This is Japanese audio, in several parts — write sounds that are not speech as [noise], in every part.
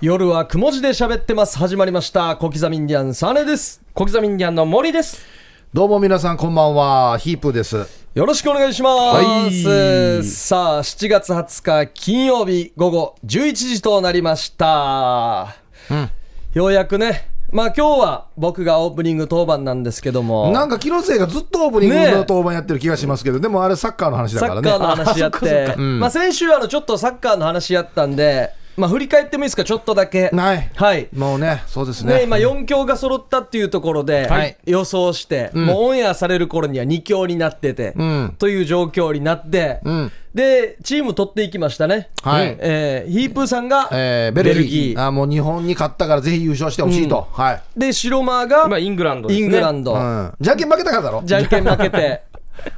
夜はくも字で喋ってます。始まりました。小刻みインディアンサネです。小刻みインディアンの森です。どうも皆さんこんばんは、ヒープーです。よろしくお願いします。はいさあ、7月20日金曜日午後11時となりました。ようやくね、まあ今日は僕がオープニング当番なんですけども、なんか気のせいがずっとオープニングねえの登板やってる気がしますけど、でもあれサッカーの話だサからッね。カーの話やって、まあ先週あのちょっとサッカーの話やったんで、まあ振り返ってもいいですか、ちょっとだけ。ない。はい。もうね、そうですね、ね。今4強が揃ったっていうところで、はい予想して、もうオンエアされる頃には2強になってて、んという状況になって、んでチーム取っていきましたね、はいえーヒープーさんが、えーベルギーあもう日本に勝ったからぜひ優勝してほしいと、はい、で白間が今イングランドですイね。ングランド、うん。じゃんけん負けたからだろ。じゃんけん負け [laughs] て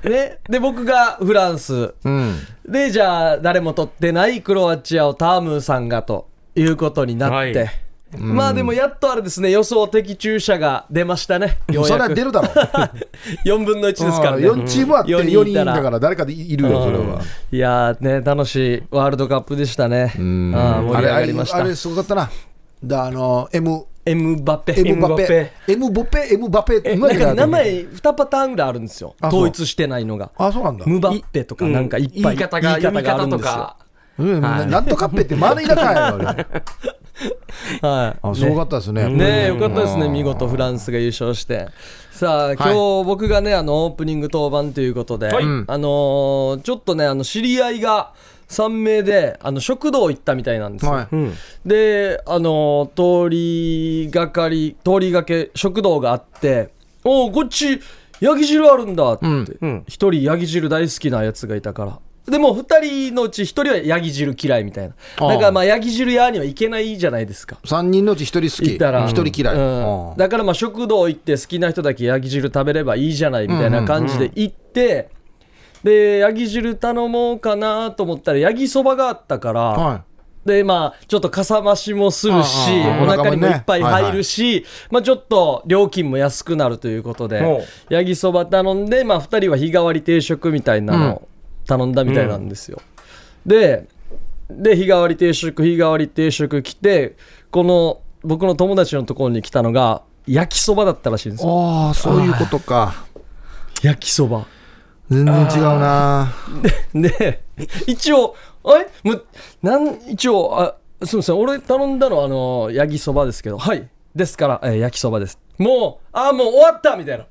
ねで僕がフランス、うん。でじゃあ誰も取ってないクロアチアをタームーさんがということになって、はいまあでもやっとあれですね予想的中者が出ましたねようそやれはく出るだろう。 [laughs] 4分の1ですからね4チームあってうん4四人人いただらから誰かでいるよ、それは。いやーね、楽しいワールドカップでしたね。うん、盛あり上れ、あがりれましあたれ。すごかったな。だあの、M、エムバペ。エムムババペペ、エムボペ、エムバペってえ言なわんれてかた名前2パターンぐらいあるんですよ。あそう統一してないのが。あ、そうなんだ。ムバッペとかうんなんかいっぱい言い方が、読み方とか。うん、なんとかっぺって丸いなかんやろ、あれ。はい。あ、すごかったですね。ねえ、よかったですね、見事フランスが優勝して。さあ、今日僕がね、あの、オープニング当番ということで、はいあのーちょっとね、あの、知り合いが3名で、あの、食堂行ったみたいなんですよ。はい。うん。であの通りがかり通りがけ食堂があって「おおこっちヤギ汁あるんだ」って一、うん人ヤギ汁大好きなやつがいたからでも二人のうち一人はヤギ汁嫌いみたいなああだからまあヤギ汁屋にはいけないじゃないですか3人のうち1人好き行ったら1人嫌い、うんうんだからまあ食堂行って好きな人だけヤギ汁食べればいいじゃないみたいな感じで行って、でヤギ汁頼もうかなと思ったらヤギそばがあったから、はでまあちょっとかさ増しもするしああああお腹にもお腹もねいっぱい入るし、まあ、ちょっと料金も安くなるということほうでヤギそば頼んで、まあ、2人は日替わり定食みたいなのを頼んだみたいなんですよ、でで日替わり定食日替わり定食来てこの僕の友達のところに来たのが焼きそばだったらしいんですよああそういうことか焼きそば全然違うなで、一応、あれむなん一応あ、すみません、俺頼んだのは、あの、ヤギそばですけど、はい、ですから、えー焼きそばです。もう、あーもう終わったみたいな、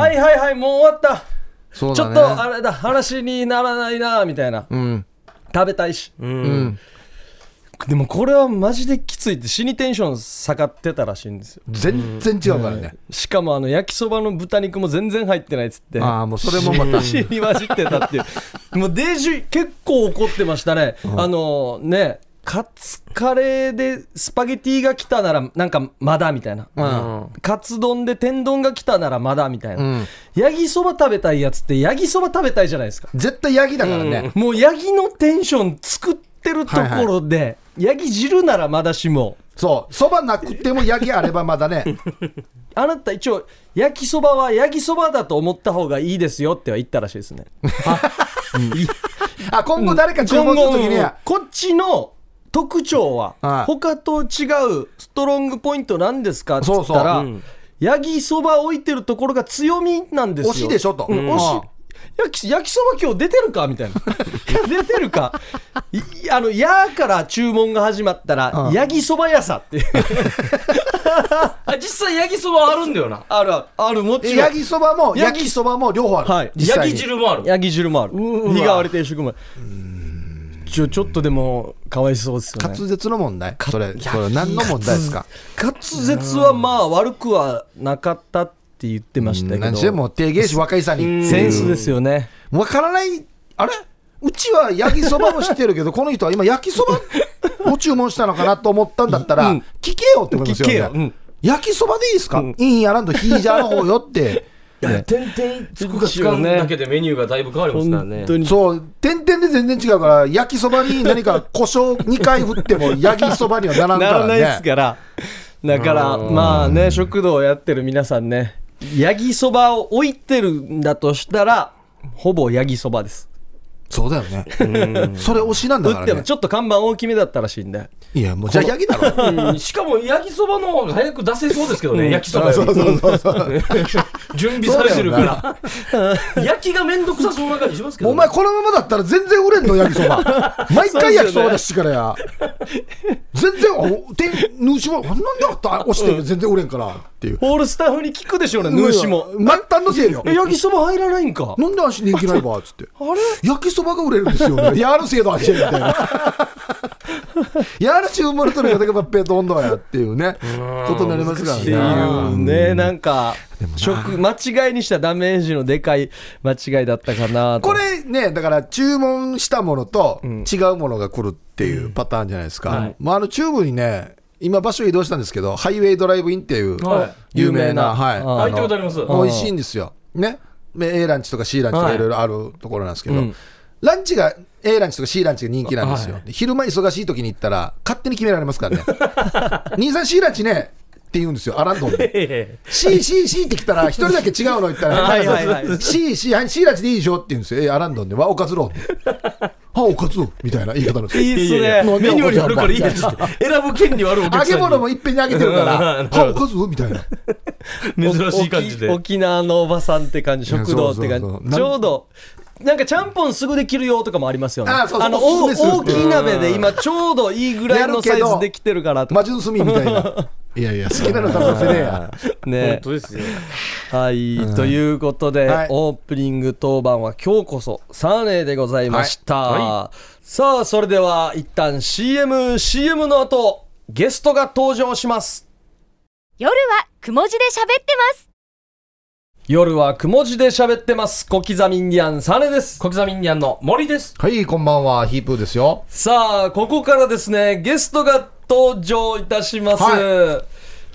はいはいはい、もう終わった、そうちだょっねとあれだ、話にならないな、みたいな、うん食べたいし。うん。でもこれはマジできついって、死にテンション下がってたらしいんですよ。全然違うからね、しかもあの焼きそばの豚肉も全然入ってないっつってああもうそれもまた死に混じってたっていうも [laughs] うデージ結構怒ってましたね、あのねカツカレーでスパゲティが来たならなんかまだみたいな、うんカツ丼で天丼が来たならまだみたいな、んヤギそば食べたいやつってヤギそば食べたいじゃないですか絶対ヤギだからね、もうヤギのテンション作ってるところで、ヤギ汁ならまだしもそうそばなくてもヤギあればまだねあなた一応焼きそばは焼きそばだと思った方がいいですよっては言ったらしい [laughs] ですねあ今後誰か注文するときに、今後こっちの特徴ははい他と違うストロングポイントなんですかって言そっうたそらううヤギそば置いてるところが強みなんですよ推しでしょとうんうん推し焼き焼きそば今日出てるかみたい [laughs] な出てるかいあの「や」から注文が始まったら「うんヤギそば屋さ」ってあ、実際ヤギそばあるんだよな。あるあるあるもえちろヤんギそばもヤギ焼きそばも両方ある、はい実ヤ際ギに汁もある。ヤギ汁もある日替わり定食もあるちょちょっとでもかわいそうですよね滑舌の問題それそれ何の問題ですか滑舌はまあ悪くはなかったって言ってましたけど、何しても定芸師若いさんにセンスですよね、わからない、あれうちは焼きそばも知ってる [laughs] けど、この人は今、焼きそばを注文したのかなと思ったんだったら、うん聞けよってことですよね。聞けようん焼きそばでいいですか、いいんやらんと、ヒージャーの方よって。点々つくかつかんだけでメニューがだいぶ変わりますからね本。当にそう、点々で全然違うから、焼きそばに何か胡椒2回振っても、焼きそばにはならんなかららないですね。からだからまあね食堂をやってる皆さんねヤギそばを置いてるんだとしたらほぼヤギそばですそうだよね。それ推しなんだか打っらてねもち。ょっと看板大きめだったらしいんでいや、もうじゃあヤギだ [laughs] ろ。うんしかも焼きそばの方が早く出せそうですけどね、焼きそばよりそう [laughs] そうそう。準備されてるから。焼きがめんどくさそうな感じしますけどおね。前このままだったら全然売れんの焼きそ [laughs] ば毎回焼きそばだしからや全然おてぬしもあんなんであった押して全然売れんからっていうホールスタッフに聞くでしょうね主も末端のせいよえ焼きそば入らないんかなんで足人気ないばっつってあれ焼きそばが売れるんですよ [laughs] ねいやあるせいだ足みたいなやるし生まれとるやだけばっぺどんどんやっていうねことになりますかっていらねうねなんか食間違いにしたダメージのでかい間違いだったかなとこれね、だから注文したものと違うものが来るっていうパターンじゃないですか、はいまあ、あの中部にね、今、場所移動したんですけど、ハイウェイドライブインっていうは有名な、有名なはあ、行ったことあります。い、美味しいんですよ、ね、A ランチとか C ランチとかはいいろいろあるところなんですけど、ランチが A ランチとか C ランチが人気なんですよ、はで昼間忙しい時に行ったら、勝手に決められます [laughs] からね、兄さん、C ランチねって言うんですよ、アランドンで。C、C、C って来たら、一人だけ違うの言ったら、はいはいはい C、C、はい、C ラチでいいでしょって言うんですよ。えー、アランドンで、わ、おかずろ。は、おかずろ。みたいな言い方なんですいよ。いっすねもうメニューにあるからいいですおって。選ぶ権利はあるお揚客さんにげ物もいっぺんに揚げてるか [laughs] なら、るほは、どおかずみたいな。珍しい感じで沖。沖縄のおばさんって感じいや食堂って感じそうそうそうちょうどなんかちゃんぽんすぐできるよとかもありますよねあそうそうのおおすすめする大きい鍋で今ちょうどいいぐらいのサイズできてるからとか魔術炭みたいな。いやいや、好きなの食べさせねえや。ねですよ。はい、ということで、はいオープニング当番は今日こそサーネーでございました、はいさあそれでは一旦 CMCM の後ゲストが登場します夜はくも字で喋ってます。夜はくも字で喋ってます小刻みインディアンサーネーです小刻みインディアンの森です。はい、こんばんは、ヒープーですよ。さあここからですねゲストが登場いたします、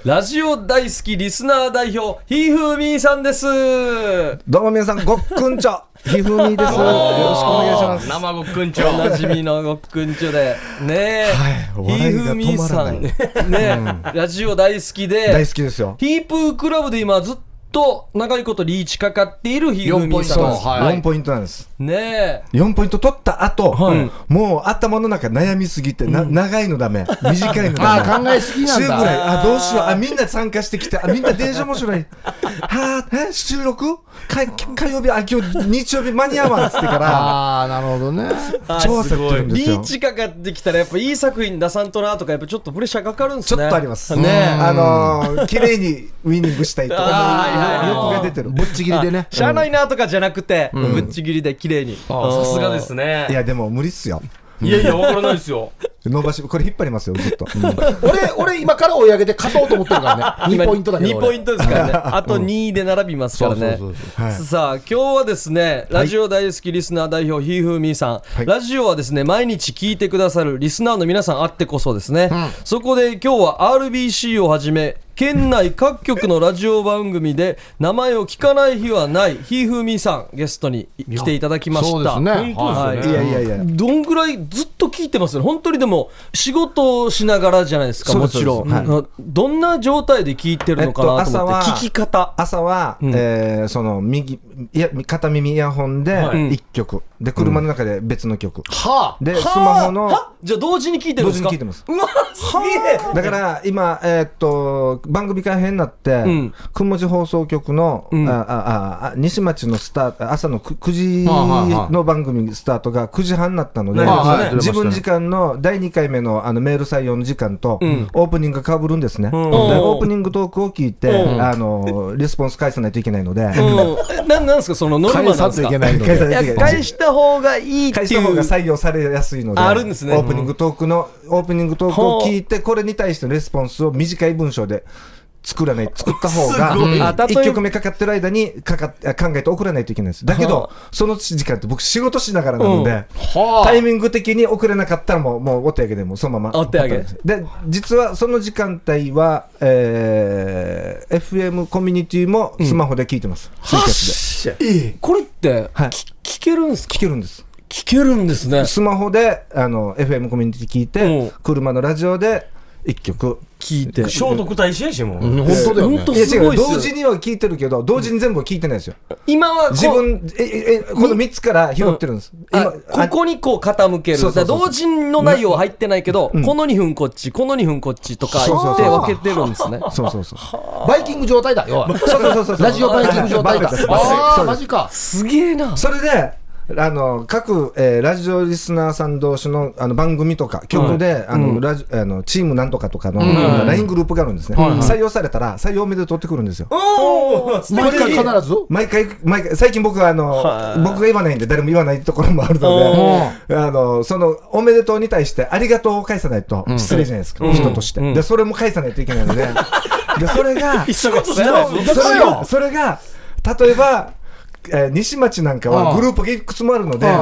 ラジオ大好きリスナー代表ひーふーみーさんですどうも皆さん、ごっくんちょ、ひふみです。よろしくお願いします。生ごっくんちょお。なじみのごっくんちゅでねえ、はいお笑いが止まらないひーふーみーさんね、ラジオ大好きで大好きですよ。ヒープークラブで今ずっと長いことリーチかかっているひーふーみーさそそううんででですす。すはい4ポイントなんです。ね4ポイント取った後、はいもう頭の中悩みすぎて、な長いのダメ、短いのダメ。あー考えすぎなんだ週ぐらい、あ、どうしよう、あ、みんな参加してきて、あ、みんな電車面白い。 [laughs] はあ、え、収録火火曜日、あ、今日、日曜日間に合わんっつってかあー、なるほどね。あら、調査ってるんえでリすーよ。チかかってきたらやっぱいい作品出さんとなとかやっぱちょっとプレッシャーかかるんですちょねっとあります。ねえあのー、綺麗にウイニングしたいと思うあーはいはいはい欲が出てる。ぶっちぎりでね。しゃあないなとかじゃなくて、ぶっちぎりで綺麗にさすがですね。いや、でも無理っすよ。いやいや、わからないですよ。伸ばし、これ引っ張りますよ、ずっと。俺、俺今から追い上げて勝とうと思ってるからね。2ポイン [laughs] トだけど2俺。ポイントですからね [laughs] あと2位で並びますからねそうそうそうはいさあ今日はですねラジオ大好きリスナー代表ひーふーみーさん、いラジオはですね毎日聞いてくださるリスナーの皆さんあってこそですね、そこで今日は RBC をはじめ県内各局のラジオ番組で名前を聞かない日はないひーふーみーさんゲストに来ていただきましたそうですね。はい本当ですいよやね。いやいや。どんぐらいずっと聞いてますね、本当にでも、仕事をしながらじゃないですか、そうもですちろん、そうですはどんな状態で聞いてるのかなと思って、えっと朝は聞き方、朝は、んえーその右いや片耳イヤホンではい1曲、で車の中で別の曲、はあ。でスマホのはじゃあ、同時に聞いてるん同ですか時に聞いてますうわ、すげえだから今、えーっと番組改編になって、んくんもち放送局の、んああああ西町のスタート朝の 9, 時はいはいはいの番組スタートが9時半になったので、はいはいはい自分時間の第2回目のあのメール採用の時間と、んオープニングが被るんですね、でオープニングトークを聞いて、うんあのリスポンス返さないといけないので。うん、えなんなんですか、そのノルマ返なんさですといかけ。ないの返さで。ないといけない返した方がいいって返しいた方うが、採用されやすいので、あるんですねオープニングトークの、オープニングトークを聞いて、これに対してのレスポンスを短い文章で作らない、作った方 [laughs] が、すごいうんあ例えば一曲目かかってる間にかかっあ考えて送らないといけないんです。だけはど、その時間って僕仕事しながらなのうで、はタイミング的に送れなかったらもう、もうお手上げでもうそのまま。お手上げで、実はその時間帯は、えー FM コミュニティもスマホで聞いてます。ツイキャスこれって、はいき聞けるんですかで。聞けるんです。聞けるんですね。スマホであの FM コミュニティ聞いうんて、車のラジオで一曲聞いて。聖徳太子やし、もう。うん本当だよね本当いやす違ごういっすよ同時には聞いてるけど同時に全部は聞いてないですよ今はこう自分えええこの3つから拾ってるんです、ああここにこう傾ける。そうそうそうそうだから同時の内容は入ってないけど、この2分こっち、この2分こっちとかそ言っうそうそてう分けてるんですね。そうそうそうバイキング状態だ、要は。そうそうそうそうラジオバイキング状態だバカです。ああ、そうでマすジか。すげえな。それであの各、えーラジオリスナーさん同士のあの番組とか曲で、あのラジあのチームなんとかとかの、LINE グループがあるんですね、採用されたら採用メで取ってくるんですよ、おー毎回必ず毎回、毎回、最近僕はあの、僕が言わないんで、誰も言わないところもあるので、あの、その、おめでとうに対して、ありがとうを返さないと、失礼じゃないですか、人として、で、それも返さないといけないの [laughs] で、で、それが、一緒のことじゃないですよそれが、それが、例えば、えー西町なんかはグループがいくつもあるので、うん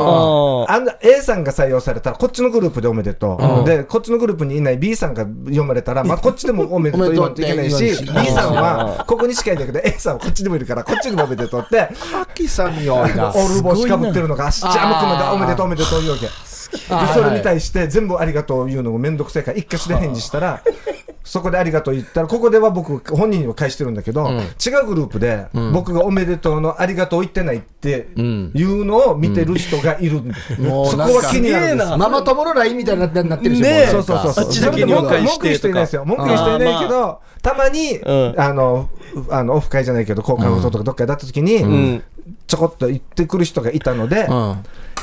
あんな A さんが採用されたら、こっちのグループでおめでとう、で、こっちのグループにいない B さんが読まれたら、まあ、こっちでもおめでとう言わないといけないし、B おめでとうって言わないしさんはここにしかいないけど、A さんはこっちでもいるから、こっちでもおめでとうって、アキさんよ [laughs] いな。オルボしかぶってるのが、足ちゃむくまでおめでとうおめでとう言うわけ。で、それに対して、全部ありがとう言うのもめんどくさいから、一箇所で返事したら、そこでありがとう言ったら、ここでは僕、本人には返してるんだけど、違うグループで、僕がおめでとうのありがとう言ってないっていうのを見てる人がいるんですよ。もうそこなんかは気になるんですすげえママ友のラインみたいになってなってるし、ねえもうなんそかうそうそうそう。あっちだけに了文句解文句言うして人いとないかですよ。文句言う人いないけど、たまに、うんあの、あの、オフ会じゃないけど、交換放送とかどっかだった時に、んちょこっと行ってくる人がいたので、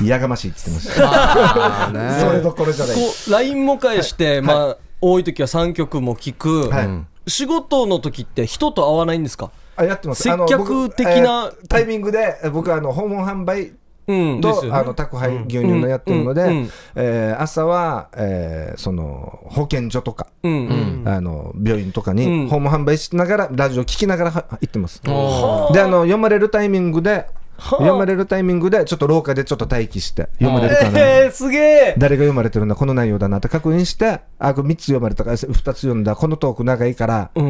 やがましいって言ってました。あーねそれどころじゃない。こう、LINE も返して、まあ、多い時は3曲も聞くはい。仕事の時って人と会わないんですかあやってます接客あの僕的なえータイミングでえ僕はあの訪問販売うん。と、ですよねあの宅配牛乳のやってるので、うんうんえー朝は、えーその保健所とか、うんうん。あの病院とかうにん訪問販売しながらラジオ聞きながらは行ってます、はあであの読まれるタイミングで読まれるタイミングでちょっと廊下でちょっと待機して読まれるかな、えー、すげえ誰が読まれてるんだこの内容だなって確認してあこれ3つ読まれたから2つ読んだこのトーク長いから、んえ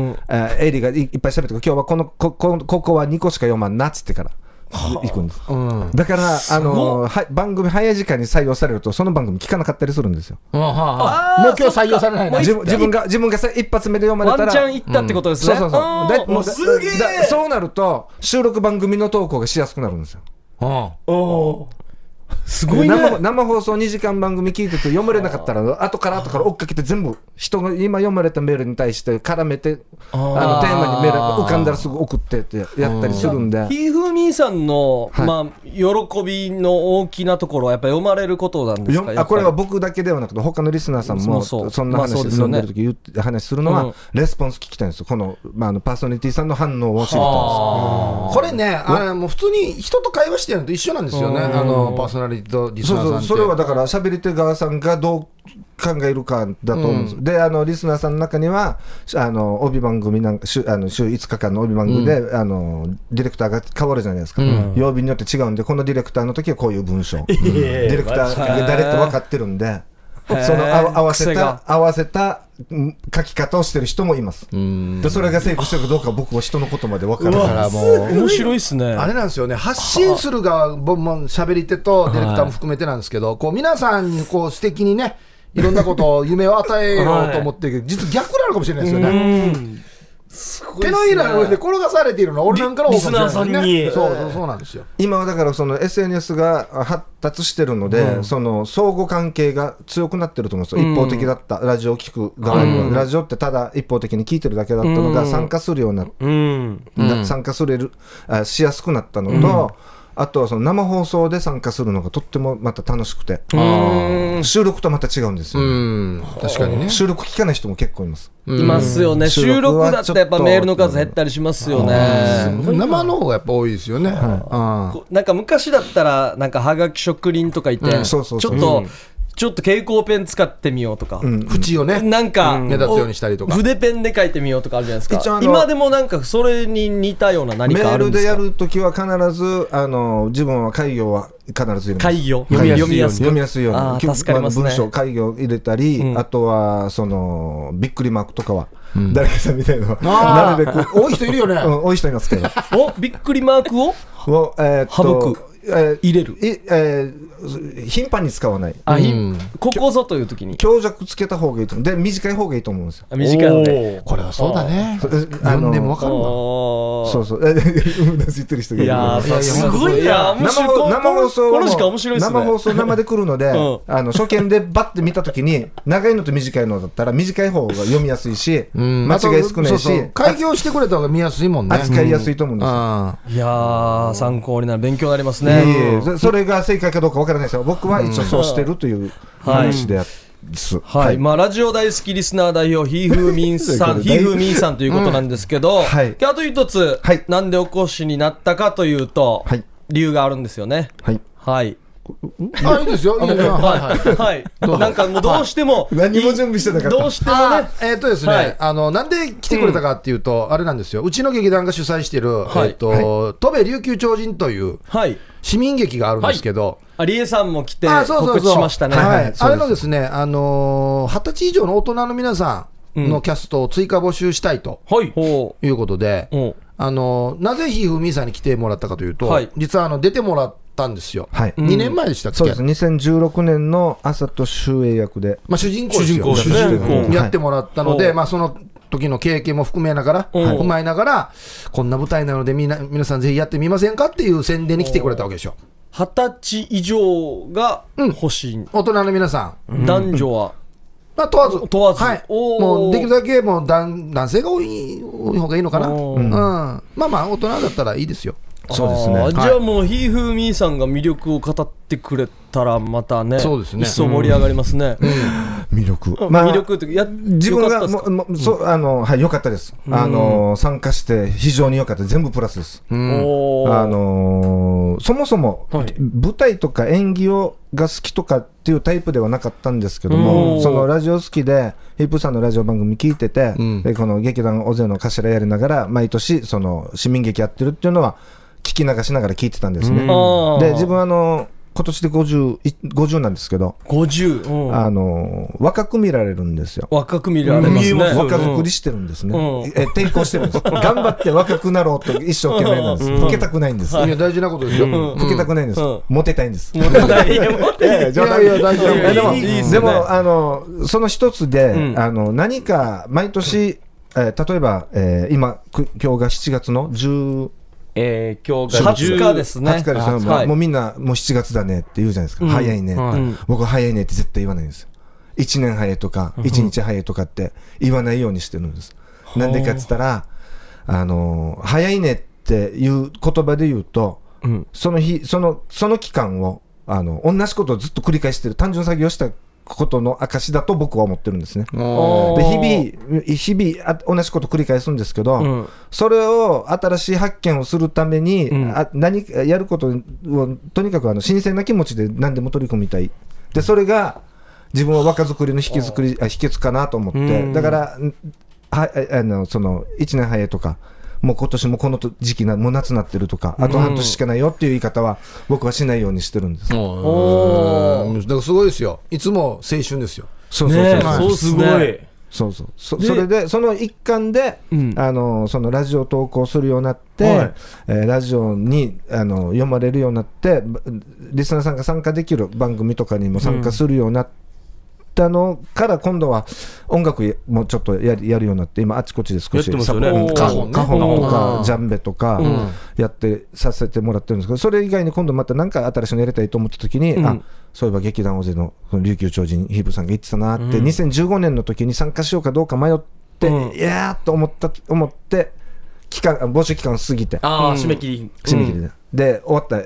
ーエイリがいいっぱい喋ってるから今日はこのここここは2個しか読まんなっつってから。行くんです、だから、あのは番組早い時間に採用されるとその番組聞かなかったりするんですようんはあはあもう今日採用されないな。自分自分が自分がさ一発目で読まれワたンらチャン行ったってことですそうね。そうそうあーだもうだすげえだそうなると収録番組の投稿がしやすくなるんですよおすごいね。生生放送2時間番組聞いてて読まれなかったら後から後から追っかけて全部人が今読まれたメールに対して絡めてあのテーマにメールが浮かんだらすぐ送ってってやったりするんで。ひふみんさんの、はいまあ、喜びの大きなところはやっぱ読まれることなんですよかあこれはやっ僕だけではなくて他のリスナーさんももうそうそんなまあそう話ですよ飲んねでる時言って話するのは、うんレスポンス聞きたいんですよこの,、まあ、あのパーソナリティさんの反応を知りたいんですこれね、あれもう普通に人と会話してるのと一緒なんですよね、あのパーソナリティとリスそナうーそさんうって。それはだから喋り手側さんがどう考えるかだと思うんです、であのリスナーさんの中にはあの帯番組なんか週あの週5日間の帯番組で、あのディレクターが変わるじゃないですか、曜日によって違うんでこのディレクターの時はこういう文章、ディレクターが誰って分かってるんで。そへーのあ合わせ癖がた合わせたうん書き方をしてる人もいますでそれが成功してるかどうか僕は人のことまで分からだないからもう。面白いっすね。あれなんですよね発信する側ももう喋り手とディレクターも含めてなんですけど、こう皆さんにこう素敵にねいろんなことを夢を与えようと思ってるけど、実は逆なのかもしれないですよね。手のひらの上で転がされているのは俺なんかの方かもしれないですねリリスナそうそうそうなんですよ。今はだからその SNS が発達してるので、その相互関係が強くなってると思うんですよ、一方的だったラジオを聞く側には、ラジオってただ一方的に聞いてるだけだったのが参加するような、うん。な参加するあしやすくなったのと、あとはその生放送で参加するのがとってもまた楽しくて、収録とはまた違うんですよ、うん確かにね。収録聞かない人も結構います、いますよね。収収録録だはったらやっぱメールの数減ったりしますよね。生の方がやっぱ多いですよね。うんこうなんか昔だったら、なんかはがき職人とかいて、んちょそうっそうそうと、ちょっと蛍光ペン使ってみようとか、縁をね、なんか、目立つようにしたりとか筆ペンで書いてみようとかあるじゃないです一応かあ。の今でもなんかそれに似たような何メかあーるルんでですやかるときは必ずあの自分は会業は必ず入れます会議を読みやすいよう読に読みみややすすいようにあーきゅ助かりますねあの文章会議を入れたり、あとはそのびっくりマークとかは、誰かさんみたいなのあーなるべく、 [laughs] 多い人いるよね。 [laughs] うん、多い人いますけどおびっくりマークをを、えーっと省くえー入れるいえー頻繁に使わない。あ、ひうんここぞという時に強弱つけた方がいいと思う。で、短い方がいいと思うんですよ。あ短いので、おーこれはそうだね。あ読んでもわかるわ。おーそうそう。え [laughs] うなずいてる人がいいるやーいやいやすごいいやな生放生放送このはもしうか面白いですね生放送生で来るので、うんあの初見でバッて見たときに長いのと短いのだったら短い方が読みやすいし、間違い少ないしそうそう開業してくれた方が見やすいもんね。扱いやすい。いと思うんですよ。あいやー参考になる勉強になりますいえいねえそそれが正解かどうかわからないですよ。僕は一応そうしてるという話であです。はい、まあ、ラジオ大好きリスナー代表ひーふーみんさん [laughs] ということでひーふーみんさんということなんですけど、はいであと一つ、はいなんでお越しになったかというと、はい理由があるんですよねはい。はいあ。あ、いいですよ。いいですよはいはい。はい、なんかもうどうしても、何も準備してなかったどうしてもあね、ーえっ、とですね、はいあのなんで来てくれたかっていうと、あれなんですよ、うちの劇団が主催してる、はいえっと戸部琉球超人というはい、市民劇があるんですけど、ありえさんも来てあー告知しましたね。はいはいはいそうですあれのですね、あのー、20歳以上の大人の皆さんのキャストを追加募集したいとはい、ほいうことで、う、うん、あのーなぜひふみさんに来てもらったかというと、はい実はあの出てもらったんですよ、はい。 2年前でしたっけ、そうです。2016年の朝と周英役で。まあ、主人公ですよ主人公ですね主人公はいやってもらったので、はいまあ、その時の経験も含めながら、うん踏まえながら、こんな舞台なのでみな、皆さんぜひやってみませんかっていう宣伝に来てくれたわけでしょ。二十歳以上が欲しい、大人の皆さん、男女は、まあ、問わず、問わずはい、おーもうできるだけもう男男性が多い多い方がいいのかな、おうーん、まあまあ、大人だったらいいですよ。そうですねあーはいじゃあもう、ひーふーみーさんが魅力を語ってくれたら、またね、そうですね一層盛り上がりますね。魅力まあ、魅力っていうか、や自分が良かったっすもかもそうあのはい良かったです。あの参加して非常に良かった全部プラスです。おーあのーそもそも、はい舞台とか演技をが好きとかっていうタイプではなかったんですけどうんも、そのラジオ好きで、ヒップさんのラジオ番組聞いてて、うんでこの劇団オゼの頭やりながら、毎年、その市民劇やってるっていうのは、聞き流しながら聞いてたんですね。あーで、自分、あの今年で 50, い50なんですけど、 50、うんあのー若く見られるんですよ。若く見られますね。若作りししてるんですね、うんえ抵抗してるんです、頑張って若くなろうと一生懸命なんです、うん老けたくないんです、いや大事なことですよ。ん老けたくないんです、うんモテたいんです。持てない、いや持てないええ冗談いやいや大丈夫ええでもいいいいっすねでもあのその一つで、うんあの何か毎年、えー例えば、えー今く今日が7月の10えー、今日が20日ですね。 20日ですよ、はいもうみんなもう7月だねって言うじゃないですか、うん早いねって、うん僕早いねって絶対言わないんですよ1年早いとか1日早いとかって言わないようにしてるんです、なんでかっつったらあのー早いねっていう言葉で言うとうんその日そのその期間をあの同じことをずっと繰り返してる単純作業したことの証だと僕は思ってるんですねおでー日々日々あ同じこと繰り返すんですけど、うんそれを新しい発見をするために、うんあ何かやることをとにかくあの新鮮な気持ちで何でも取り組みたいでそれが自分は若作りの秘訣くりあ秘訣かなと思って、うんだからんはあのその1年早いとかもう今年もこのと時期なもう夏になってるとかあと半年しかないよっていう言い方は僕はしないようにしてるんです、おーうんだからすごいですよ。いつも青春ですよ。そうそうねそうえそうそうっすね。そうそうそでそれでその一環で、うんあのそのラジオ投稿するようになって、はいえーラジオにあの読まれるようになってばリスナーさんが参加できる番組とかにも参加するようになったのから、今度は音楽やもちょっとやりやるようになって今あちこちで少やっしてますよおねー。カホンねカホンとうかんジャンベとかうんやってさせてもらってるんですけどそれ以外に今度また何か新しいのやりたいと思った時に、うんあそういえば劇団大勢のこの琉球超人ヒープさんが言ってたなって、2015年の時に参加しようかどうか迷って、うんいやーっと思った思って期間募集期間過ぎてああ、締め切り。締め切りで、で終わった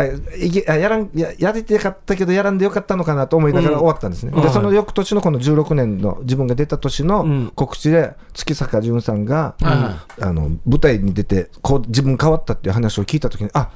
あいけあやらんややれてよかったけどやらんでよかったのかなと思いながら終わったんですね、はでいその翌年のこの16年の自分が出た年うんの告知で月坂淳さんが、あの舞台に出てこう自分変わったっていう話を聞いた時にあ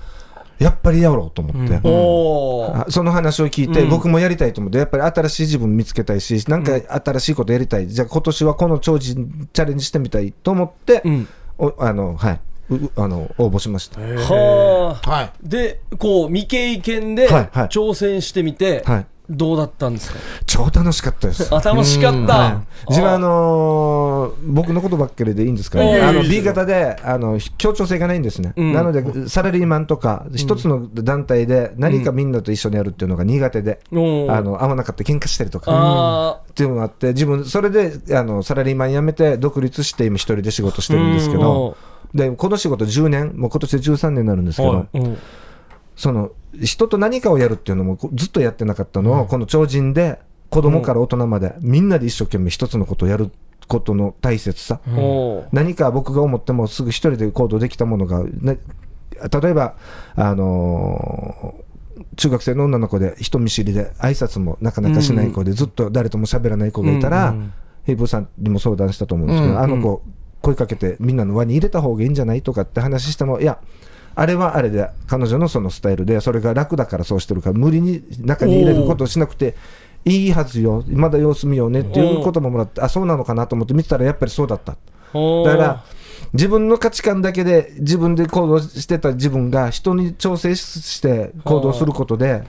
やっぱりやろうと思って、おーあその話を聞いて、僕もやりたいと思って、やっぱり新しい自分見つけたいし、なんか新しいことやりたい、じゃあ、今年はこの超人チャレンジしてみたいと思って、うんおあのはいうあの応募しました。はあはい。 [laughs] でこう未経験ではいはい挑戦してみて、はいどうだったんですか超楽しかったですあ楽しかった、はい、自分あのー僕のことばっかりでいいんですかいやいね、やあのいいです B 型であの協調性がないんですね、うんなのでサラリーマンとか一つの団体で何かみんなと一緒にやるっていうのが苦手で、おーあの合わなかった喧嘩したりとか。あっていうのがあって自分それであのサラリーマン辞めて独立して今一人で仕事してるんですけどでこの仕事10年もう今年で13年になるんですけはどいーうんその人と何かをやるっていうのもこずっとやってなかったのを、この超人で子供から大人まで、みんなで一生懸命一つのことをやることの大切さ、おー何か僕が思ってもすぐ一人で行動できたものが、ね、例えば、あのー中学生の女の子で人見知りで挨拶もなかなかしない子で、ずっと誰とも喋らない子がいたら、ヘイブーさんにも相談したと思うんですけど、うんあの子声かけてみんなの輪に入れた方がいいんじゃないとかって話してもいやあれはあれで彼女のそのスタイルでそれが楽だからそうしてるから無理に中に入れることをしなくていいはずよまだ様子見ようねっていうことももらってあそうなのかなと思って見てたらやっぱりそうだった。おーだから自分の価値観だけで自分で行動してた自分が人に調整して行動することで。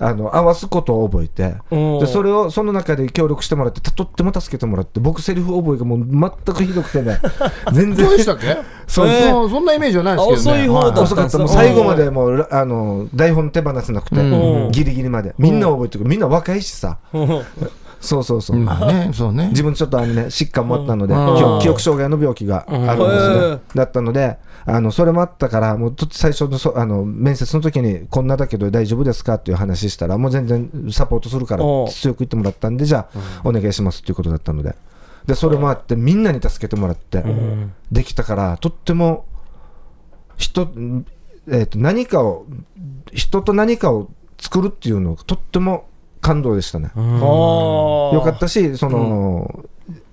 あの合わすことを覚えておーでそれをその中で協力してもらってたとっても助けてもらって僕セリフ覚えがもう全くひどくてね全然そうでしたっけそうえーそうそんなイメージはないですけあど遅いね方だ遅かったもう最後までもうらあの台本手放せなくてうんギリギリまでみんな覚えてくるみんな若いしさうんそうそうそうまあねそうね自分ちょっとあのね疾患もあったので、うん記憶記憶障害の病気があるんうんですへえね、だったので、あのそれもあったから、もうと最初のそあの面接の時に、こんなだけど大丈夫ですかっていう話したら、もう全然サポートするからうん、強く言ってもらったんで、じゃあ、お願いしますっていうことだったので、でそれもあって、みんなに助けてもらって、できたから、とっても人、えー、と何かを、人と何かを作るっていうのが、とっても感動でしたね。あーよかったし、その、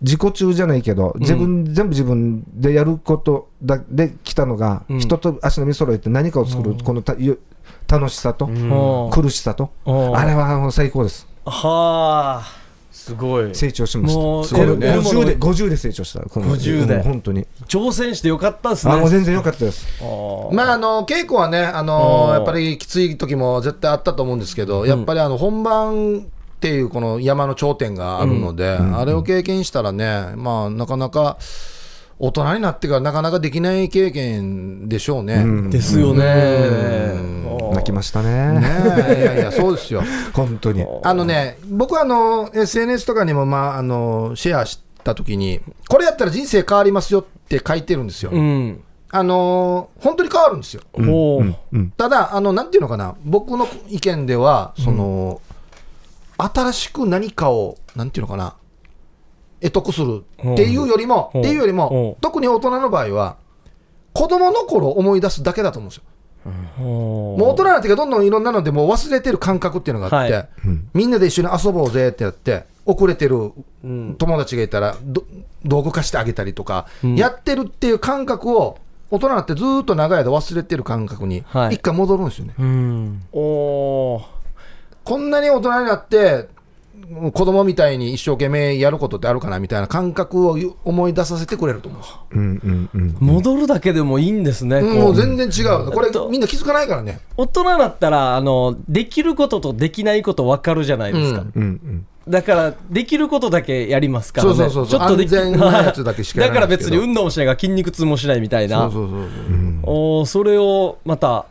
自己中じゃないけど、自分、全部自分でやることだで来たのが、うん人と足並み揃えて何かを作る、このたゆ楽しさと、ん苦しさと、うんあれはもう最高です。はあすごい。成長しました。もうこれ得る得るもの50で、50で成長した。この50でうん本当に。挑戦してよかったですねあ、もう全然良かったです。まあ、あの稽古はね、あうのんやっぱりきつい時も絶対あったと思うんですけど、やっぱりあの本番っていうこの山の頂点があるので、あれを経験したらね、まあ、なかなか大人になってからなかなかできない経験でしょうね。ですよねあー泣きましたね。ねえいやいや、そうですよ。本当に。あのね、僕はあの SNS とかにも、まあ、あのシェアした時に、これやったら人生変わりますよって書いてるんですよ。うんあの本当に変わるんですよ。もうただあの、なんていうのかな、僕の意見では、その、新しく何かを、なんていうのかな、得得するっていうよりも、うんっていうよりもう、ん特に大人の場合は、子供の頃を思い出すだけだと思うんですよ。ももう大人になってからどんどんいろんなので、もう忘れてる感覚っていうのがあって、はいみんなで一緒に遊ぼうぜってやって、遅れてるうん友達がいたら、ど道具貸してあげたりとか、うんやってるっていう感覚を、大人になってずーっと長い間忘れてる感覚には、い一回戻るんですよね。おーこんなに大人になって、子供みたいに一生懸命やることってあるかなみたいな感覚を思い出させてくれると思う。うんうんうん。戻るだけでもいいんですね、うんこもうう全然違う。これとみんな気づかないからね。大人だったらあのできることとできないこと分かるじゃないですか、うんうんうん。だからできることだけやりますから、ね、そうそうそうそうちょっとでき安全なやつだけしかやらだかないらですけど別に運動もしないが筋肉痛もしないみたいなそそうそうそうそう。おーそれをまた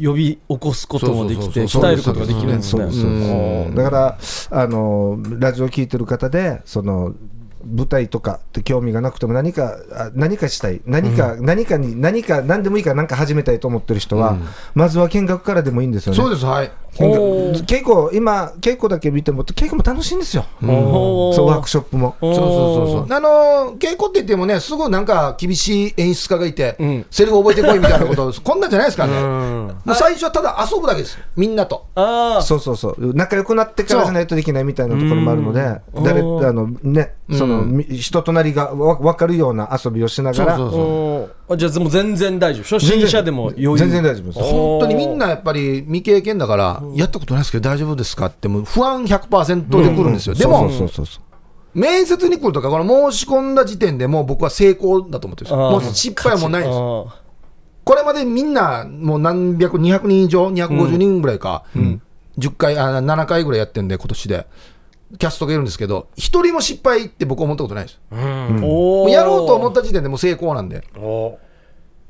呼び起こすこともできてそうそうそうそう鍛えることができるんですそうねですそうですうんだからあのラジオ聞いてる方でその舞台とかって興味がなくても何かあ何かしたい何か、何かに何か何でもいいから何か始めたいと思ってる人は、まずは見学からでもいいんですよねそうです、はい。見学おー稽古今稽古だけ見ても稽古も楽しいんですよ、おーそうワークショップもおーそうそうそうそう。あのー、稽古って言ってもね、すぐなんか厳しい演出家がいて、うんセリフ覚えてこいみたいなこと、こんなんじゃないですからね。もう最初はただ遊ぶだけです。みんなと。あそうそうそう仲良くなってからじゃないとできないみたいなところもあるので誰おーあのねその、み人となりがわ分かるような遊びをしながらあおーあじゃあもう全然大丈夫初心者でも余裕全然大丈夫です本当にみんなやっぱり未経験だから、やったことないですけど大丈夫ですかって、もう不安100%で来るんですよ。でも、そうそうそうそう面接に来るとか、この申し込んだ時点でもう僕は成功だと思ってるんですよ。あーもう失敗はもうないんですよ。あーこれまでみんな、もう何百、200人以上、250人ぐらいか、 10回あ7回ぐらいやってんで今年でキャストがいるんですけど一人も失敗って僕思ったことないですもうやろうと思った時点でもう成功なんで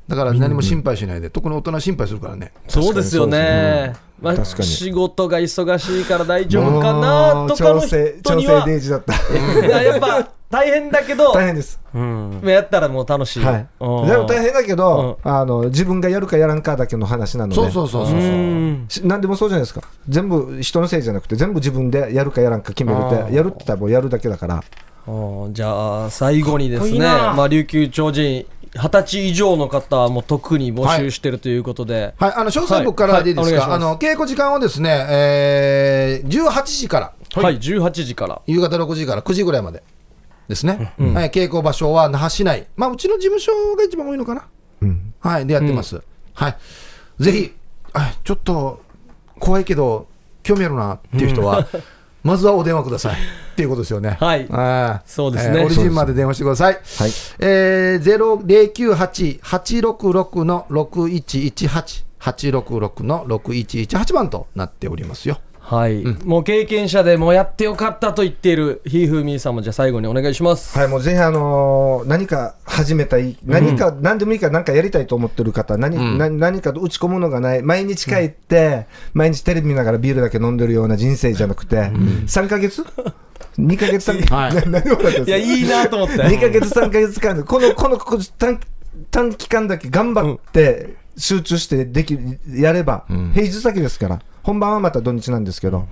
だから何も心配しないで特に大人は心配するからねそうですよね。まあ、確かに仕事が忙しいから大丈夫かなとかの調整人調に整はデイジだったいややっぱ [laughs] 大変だけど [laughs] 大変ですやったらもう楽しい、はいうんでも大変だけど、あの自分がやるかやらんかだけの話なのでそうそうそうそううんし何でもそうじゃないですか全部人のせいじゃなくて全部自分でやるかやらんか決めるってやるって言ったらもうやるだけだからうんじゃあ最後にですねかっこいいなまあ、琉球超人二十歳以上の方はもう特に募集してるということで、はい、あの詳細僕からでいいですか、はいはいお願いしあの稽古時間をですね、えー、18時から、はい18時から夕方6時から9時ぐらいまでですね、はい、稽古場所は那覇市内、まあ、うちの事務所が一番多いのかな、はい、でやってます、はい、ぜひ、あちょっと怖いけど、興味あるなっていう人 [laughs] は、まずはお電話くださいっていうことですよね。はいあーそうですねえーオリジンまで電話してください。はいえー、098-866の6118。866の6118番となっておりますよ。はい、もう経験者でもうやってよかったと言っているひーふーみーさんもじゃあ最後にお願いします、はい、もうぜひ、あのー何か始めたい、何か、何でもいいから、何かやりたいと思ってる方、何,、何何かと打ち込むのがない、毎日帰って、毎日テレビ見ながらビールだけ飲んでるような人生じゃなくて、3ヶ月 ?2 ヶ月、3ヶ [laughs] 月、何を笑ってるんですかいやいいなと思 [laughs] って2ヶ月、3ヶ月間で、この、この、この短短期間だけ頑張って、集中してでき、やれば、平日だけですから、本番はまた土日なんですけど、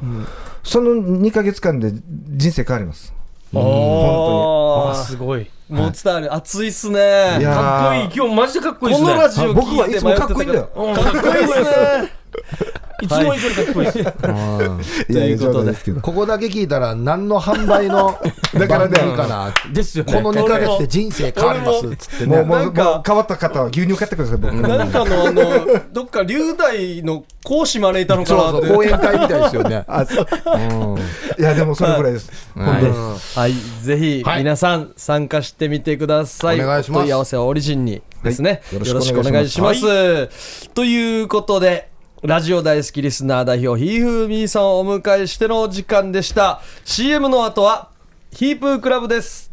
その2ヶ月間で人生変わります。おあーすごいもう伝わる熱いっすねいやーかっこいい今日マジでかっこいいでこすねのラジオ僕聞はいいてつも迷ってかたっこいいんだよ。うんかっこいいですねいつも以上にかっこいいですいということで冗談すけどここだけ聞いたら何の販売のだからねかな。ですよねこの2ヶ月で人生変わりますっつってもうね。もなうんかもう変わった方は牛乳買ってください、僕。。[laughs] なんかのあのどっか龍大の講師招いたのかなそっうてそう、講演会みたいですよねあそういや、でもそれぐらいです。本当にはい、ぜひ皆さん参加してみてください。お願いします問い合わせはオリジンにですね、はいよろしくお願いします。ということで、ラジオ大好きリスナー代表、ひーふーみーさんをお迎えしてのお時間でした。CM の後は、ヒープークラブです。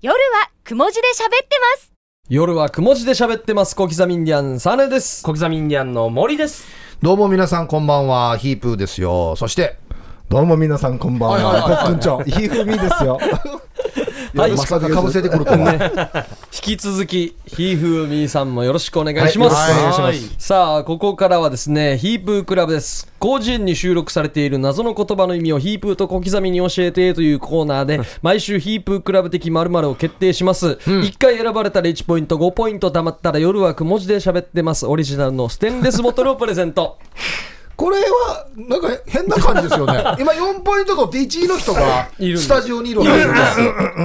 夜はくも字で喋ってます夜はくも字で喋ってます。小刻みインディアン、サネです。小刻みインディアンの森ですどうも皆さんこんばんは、ヒープーですよ。そして、どうも皆さん、こんばんはいはいはいは。コックンチョン、ひふみですよ。はい、まさかかぶせてくるとは。引き続き、ひーふーみーさんもよろしくお願いします。はいよろしくお願いしまさあ、ここからはですね、ヒープークラブです。広辞苑に収録されている謎の言葉の意味をヒープーと小刻みに教えてというコーナー [laughs] で、毎週ヒープークラブ的〇〇を決定します。1回選ばれたら1ポイント、5ポイント貯まったら夜はく文字で喋ってます。オリジナルのステンレスボトルをプレゼント。これは、なんか変な感じですよね。今4ポイント取って1位の人が、いるスタジオにいるわけですよ。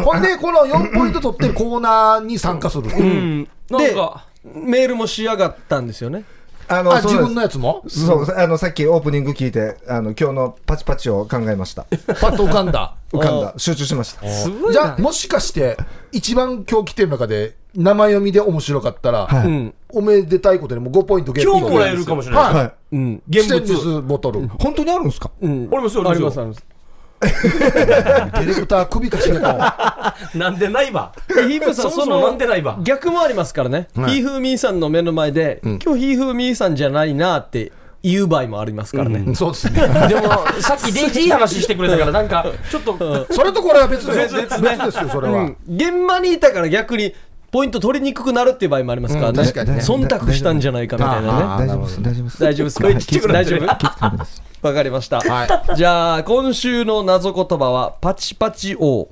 これで、この4ポイント取ってるコーナーに参加する。なんかメールもしやがったんですよね。ああ、の、そう自なん分でのやつもすそう、あの、さっきオープニング聞いて、あの、今日のパチパチを考えました。パッと浮かんだ。浮かんだ、集中しました。すごいじなゃあ、もしかして、一番今日来てる中で、生読みで面白かったら、うん。おめでたいことにも5ポイントゲット今日もらえるかもしれないははい。うん。い。ス現テンレ物スボトル。本当にあるんですかうん。俺もそうあ俺りもますそあうります。ディレクター首かしげた。なんでないわヒープーさそん、もそそものなんでないわ逆もありますからね、はいヒーフーミーさんの目の前で、今日ヒーフーミーさんじゃないなって言う場合もありますからね、そうですね。でも [laughs] さっきデイジーいい話してくれたからなんかちょっとそれとこれは別だよ。別別ですよ、それうはん。現場にいたから逆にポイント取りにくくなるっていう場合もありますからね,、うん確かにね忖度したんじゃないかみたいなねあー大丈夫です、大丈夫です。大丈夫ですはいこれちっちゃくなってる気をつけて気をつけてですわかりました、はじゃあ今週の謎言葉はパチパチ王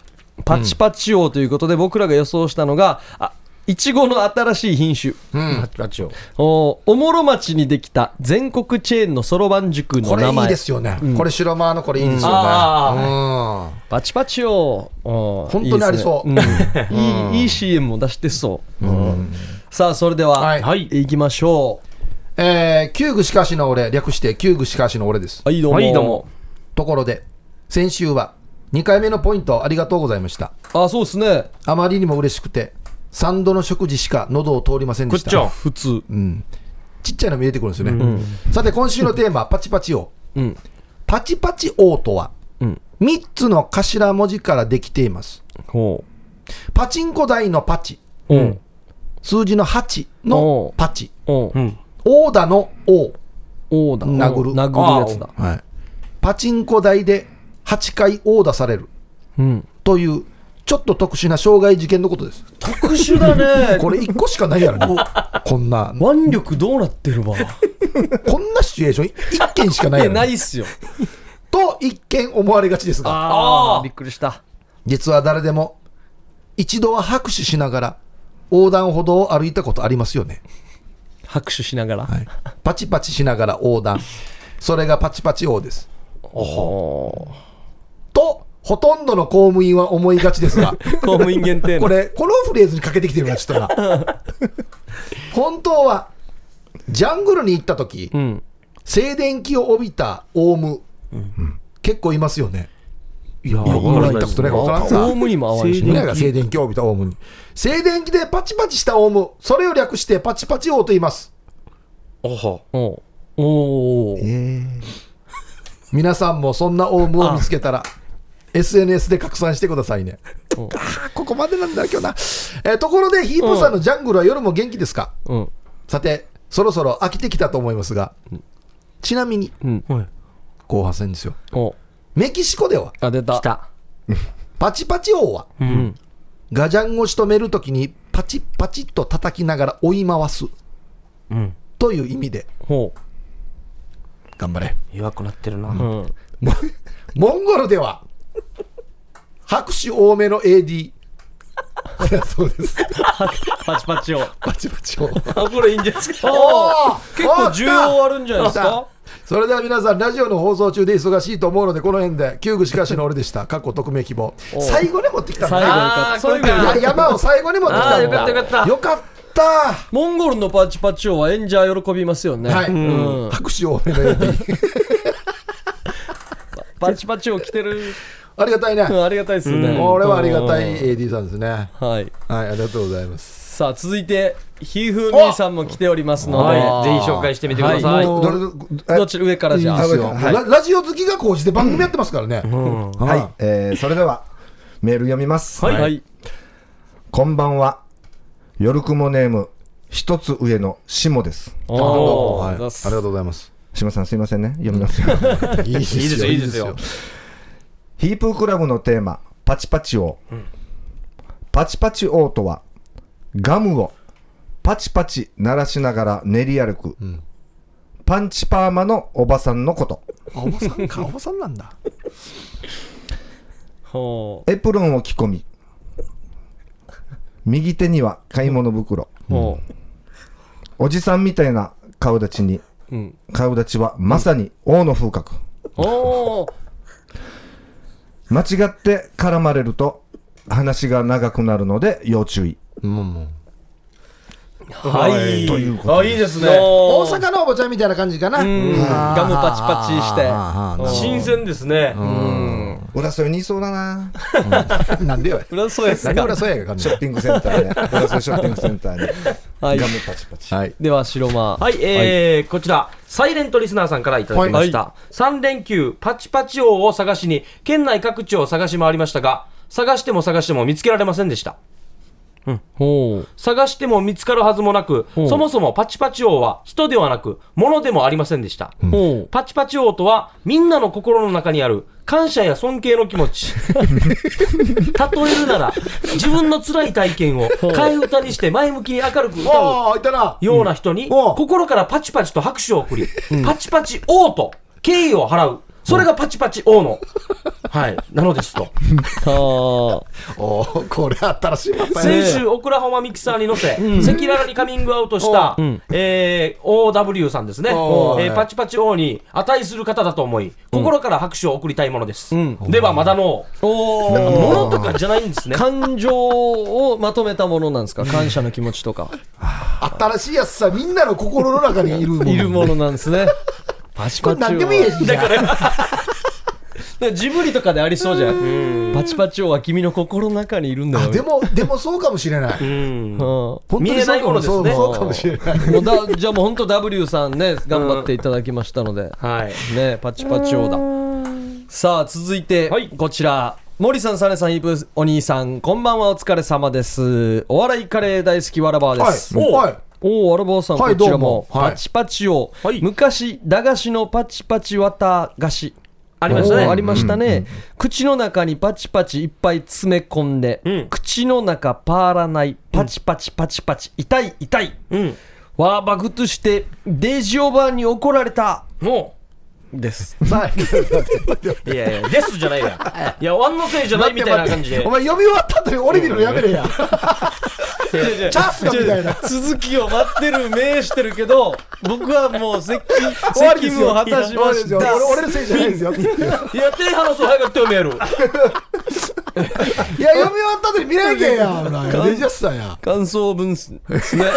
パチパチ王ということで僕らが予想したのがあいちごの新しい品種うん。パチパチを。おおもろ町にできた全国チェーンのそろばん塾のこれ名いい前ですよね。これ白間のこれいいですよね。あうパチパチを本当にありそういい,、いい CM も出してそう、さあそれでは、、はいいはい行きましょん。えー、旧具しかしの俺、略して旧具しかしの俺ですう。はいどうも,、はいどうもところで、先週は2回目のポイントありがとうございました。あそうですねあまりにも嬉しくて、3度の食事しか喉を通りませんこでっした。ちは普通うんちっちゃいの見えてくるんですよね。さて、今週のテーマ、パチパチを。うんパチパチ王とは、うん3つの頭文字からできています。ほパチンコ台のパチ、う。うん。数字の8のパチ、おう。ん。王だの王、おうだ。殴る殴るやつだ。はいパチンコ台で8回殴打されるうん。という、ちょっと特殊な傷害事件のことです。特殊だね。これ1個しかないやろ、ね、こんな、腕力どうなってるわ。こんなシチュエーション1件しかないいやや、[laughs] ろ、ないっすよ。と一見思われがちですが、ああ。びっくりした。実は誰でも一度は拍手しながら横断歩道を歩いたことありますよね。拍手しながら。はいパチパチしながら横断。それがパチパチ王です。おーと、ほとんどの公務員は思いがちですが、公務員限定の。これ、このフレーズにかけてきてるな、ちょっとな。 [laughs] 本当は、ジャングルに行った時うん。静電気を帯びたオウム、結構いますよね。いや、やわから行ったないでこすとないから分からんさオウムにも合わんし皆ね。が静電気を帯びたオウムに。静電気でパチパチしたオウム、それを略してパチパチ王と言います。あは。おうおー皆さんもそんなオウムを見つけたら、SNS で拡散してくださいね。あおーここまでなんだ、今日な。えーところで、ヒープーさんのジャングルは夜も元気ですかうん。さて、そろそろ飽きてきたと思いますが、ちなみに、うん。はい。後半戦ですよ。おメキシコでは、あ、出た。来た。パチパチ王は、うん。ガジャンを仕留めるときにパチッパチッと叩きながら追い回すうん。という意味で、ほ頑張れ。弱くなってるな。う。うん。モンゴルでは、拍手多めの AD。これは [laughs] そうです。パチパチを。 [laughs] パチパチを。あ、これいいんじゃないですか。あー結構重要ああるんじゃないですかそれでは皆さん、ラジオの放送中で忙しいと思うので、この辺で、旧具しかしの俺でした。過去匿名希望。最後に持ってきたん最後だよかあっーた。これかいや山を最後に持ってきたんだあーよかったよかったよかった。モンゴルのパチパチ王は演者喜びますよね。はいうん拍手多めの AD。パチパチ王来てる。 [laughs] ありがたいね。 [laughs] うんありがたいですよね。これはありがたうんい。AD さんですね。はい。はい、ありがとうございます。さあ、続いて、ひふみさんも来ておりますので、はい。ぜひ紹介してみてくださはいい。もはうどれどえどっち上からじゃいいあで。すよはいララジオ好きが講じて番組やってますからね。はい、えーそれではメール読みます、はい。はい。こんばんは夜雲ネーム一つ上の下ですおどうもーはあいありりががととううございます。下さんすいませんね読みますよいいですいいですよいいですよ。ヒープークラブのテーマパチパチ王、パチパチ王とはガムをパチパチ鳴らしながら練り歩く、パンチパーマのおばさんのことあおばさんか、おばさんなんだ。ほエプロンを着込み右手には買い物袋、う。ほおじさんみたいな顔立ちにう。うん。顔立ちはまさに王の風格、おー間違って絡まれると話が長くなるので要注意はい。というこあ、いいですね。大大阪のおばちゃんみたいな感じかな。うんガムパチパチしてあーあーあー新鮮ですね。うん浦添にいそうだななんでよ。裏そうです何か俺そうやが感シじョッ。ピングセンターで浦添ショッピングセンターではいガムパチパチ、はい。では白間はい、えーこちら、サイレントリスナーさんからいただきました。は3連休、パチパチ王を探しに、県内各地を探し回りましたが、探しても探しても見つけられませんでした。ほう探しても見つかるはずもなく、うんそもそもパチパチ王は人ではなく、物でもありませんでした。ほパチパチ王とは、みんなの心の中にある、感謝や尊敬の気持 [laughs] ち。例えるなら、自分の辛い体験を、替え歌にして前向きに明るく歌う。ああ、いたな。ような人に、おう心からパチパチと拍手を送り、パチパチ王と敬意を払う。それがパチパチ王の、はい、なのですと。うはおお、これ新しいパターン先週、オクラホマミキサーに乗せ、赤裸々にカミングアウトした、えー OW さんですね、えおうーパチパチ王に値する方だと思い、心から拍手を送りたいものです。んでは、まだの、おものとかじゃないんですね。感情をまとめたものなんですか感謝の気持ちとか新しいやつさ、みんなの心の中にいるもん。いるものなんですねパチこパチれ何王でもいいやし。だから、でジブリとかでありそうじゃんパチパチ王は君の心の中にいるんだよでも、でもそうかもしれなうい。んも本当にそうかもそう見えないものですねそうかもしれない。 [laughs] もうだじゃあもう本当 W さんね頑張っていただきましたのではい。ねパチパチ王ださあ続いて、はいこちら森さん、サネさん、イブお兄さん、こんばんは、お疲れ様です。お笑いカレー大好き、わらばーです。はいおはいおお、アルバーさん、はいこちらども、うもはいパチパチを、はい昔、駄菓子のパチパチ綿菓子。ありましたねおーありましたね、口の中にパチパチいっぱい詰め込んで、うん口の中パーらない、パチパチパチパチ、痛い痛い。うん。わーバグとして、デイジオバーに怒られた。もです。さあう、いやいや、ですじゃないや。いや、ワンのせいじゃないみたいな感じでお。前読み終わった後に俺見るのやめれ [laughs] や。 [laughs] チャンスだみたいな。続きを待ってる、命してるけど、僕はもう責 [laughs] 任終わ責りです務よを果たし終わまりでしすよた。俺俺のせいじゃないですよ。いや読み終わいや、手離そう、早く手を見える。った後に見れんけんや。ほらレジャスさんや。感想文ですね。いや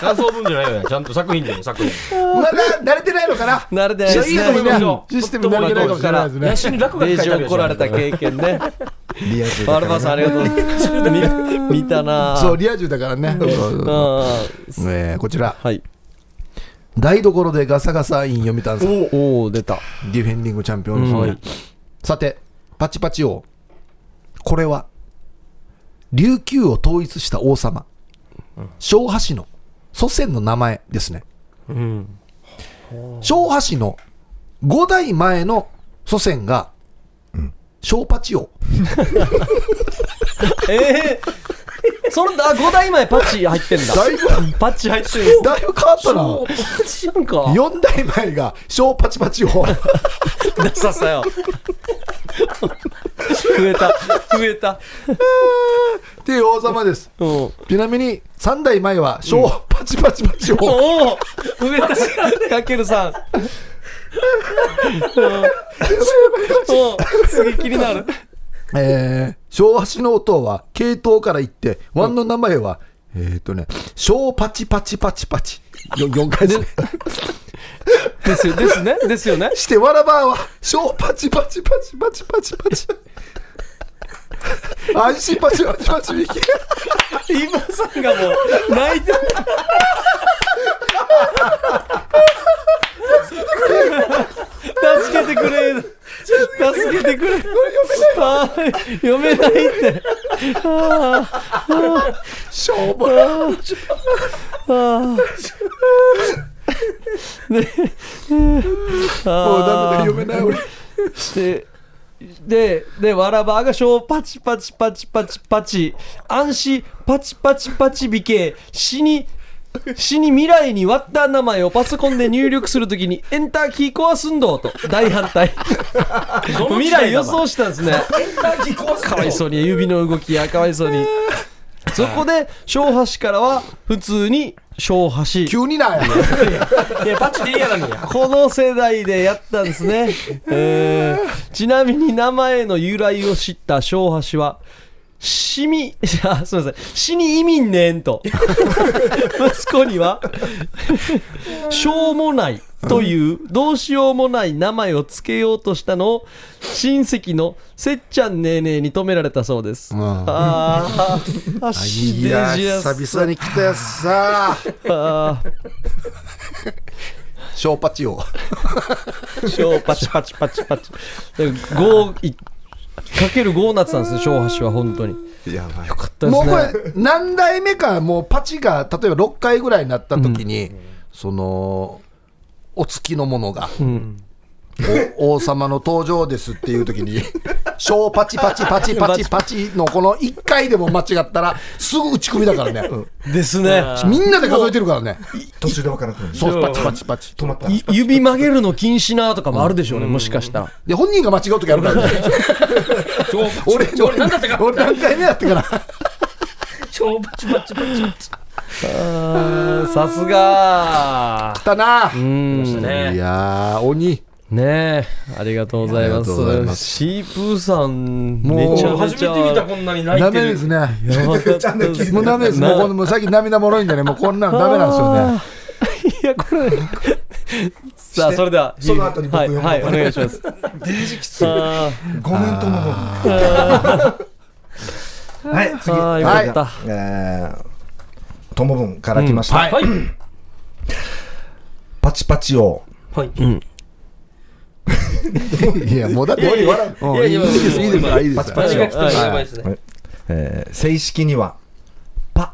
感想文じゃないよね。ちゃんと作品でも作品。まだ慣れてないのかな。慣れてないですいやいいと思いね。ますよシステム慣れてないかもしれないですね野心落デ書きイ書いジてあるやつ怒られた経験 [laughs] ね。リア充アルバさんありがとうございます。見見たなぁそう、リア充だからね。うんえーこちら。はい。台所でガサガサイン読みたんさん。デおお出た。ィフェンディングチャンピオンですねはいさて、パチパチ王。これは、琉球を統一した王様、昭和氏の祖先の名前ですね。うん。昭和氏の5代前の祖先が、昭パチ王。ええー。そのあ五代前パチ入ってんだ。だいぶ、パチ入ってるんです。だいぶ変わったな。パチなんか。 4代前が小パチパチ王。ダサさよ。増えた増えた。っていう王様です。うん。おちなみに、3代前は小パチパチパチ王。お増えたかけるさん。おすげえ気になる。えー昭和氏の音は系統から言って、ワンの名前は、えーっとね、小パチパチパチパチ。4回ですね。ですよですねですよね。して、わらばーは、小パチパチパチパチパチパチ。安心パチパチパチ引き。イブさんがもう泣いてた。助けてくれ助けてくれあー読めないってしょうもない。あーねもうダメだあー読めない俺。でででわらばがショーパチパチパチパチパチ暗視パチパチパチ美形死に死に未来に割った名前をパソコンで入力するときにエンターキー壊すんどと大反対未来予想したんですねかわいそうに指の動きやかわいそうにそこで小橋からは普通に小橋 [laughs] 急になんや。いや、パチでいいやなんや。この世代でやったんです [laughs] ね、えーちなみに名前の由来を知った小橋は死み、 [laughs] あ、すみません。死に意味ねんと。 [laughs] 息子には、しょうもないという、どうしようもない名前を付けようとしたのを、親戚のせっちゃんねえねえに止められたそうです。んあーあ、しでじやさ々に来たやつさ。あ小パチ王。ー小パチパチパチパチ。5、いかける5なってたんですね、小橋は本当に。やばいよかったでもすうね。これ、何代目か、もうパチが、例えば6回ぐらいになった時に、その、お月のものが、お王 [laughs] 様の登場ですっていう時に、 [laughs] 小パチパチパチパチパチのこの1回でも間違ったら、すぐ打ち首だからね。ですね。みんなで数えてるからね。途中で分からなくなるそう、パチパチパチ。止まったい指曲げるの禁止なとかもあるでしょうね、もしかしたら。で、本人が間違う時あるからね。俺、俺、 [laughs] 何だったか俺何回目やってから。超パチパチパチパチ。さすが来たな。いねやー、鬼。ねえ、ありがとうございます。ありがとうございますシープーさん、もうめちゃめ初ちゃ。めて見た、こんなに泣ダいてメるで。すね。 [laughs] やばかったですもうダメです。もうこのもう最近涙もろいんでね、もうこんなのダメなんですよね。いや、これ。さあ、それでは。その後に僕はい、読むはい、お願いします。あごめんともはい次ーあー、よはいかった。えーともぶんから来ました、はい。はい。パチパチ王はい。いや、もうだって、いやいやうんいやいやいいです、いいです、あいいです。パ私チが来てもやばいですね。はいえー正式にはパ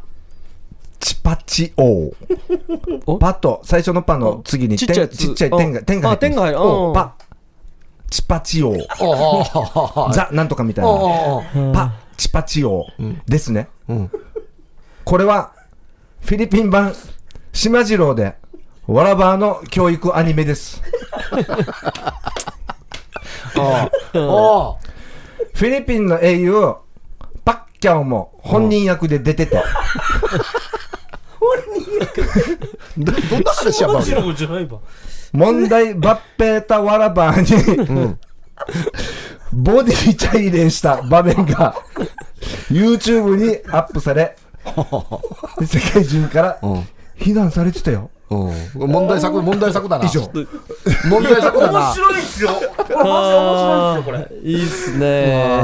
チパチ王 [laughs] おパと最初のパの次にちっちゃいや点つちっちゃい点があ点が入ってあ点ますが入るうんおパチパチ王ザなんとかみたいなパチパチ王ですねこれはフィリピン版島次郎でわらばーの教育アニメですフィリピンの英雄、パッキャオも本人役で出てて、どどんな話やばマんジのじゃないわ。問題、バッペータ・ワラバーに、ボディチャイレンした場面が、YouTube にアップされ、世界中から非難されてたうんよ。問題作、問題作だな。以上。問題作だな [laughs] 面。白いっすよ。これマジで面白いっすよ、これ。いいっすね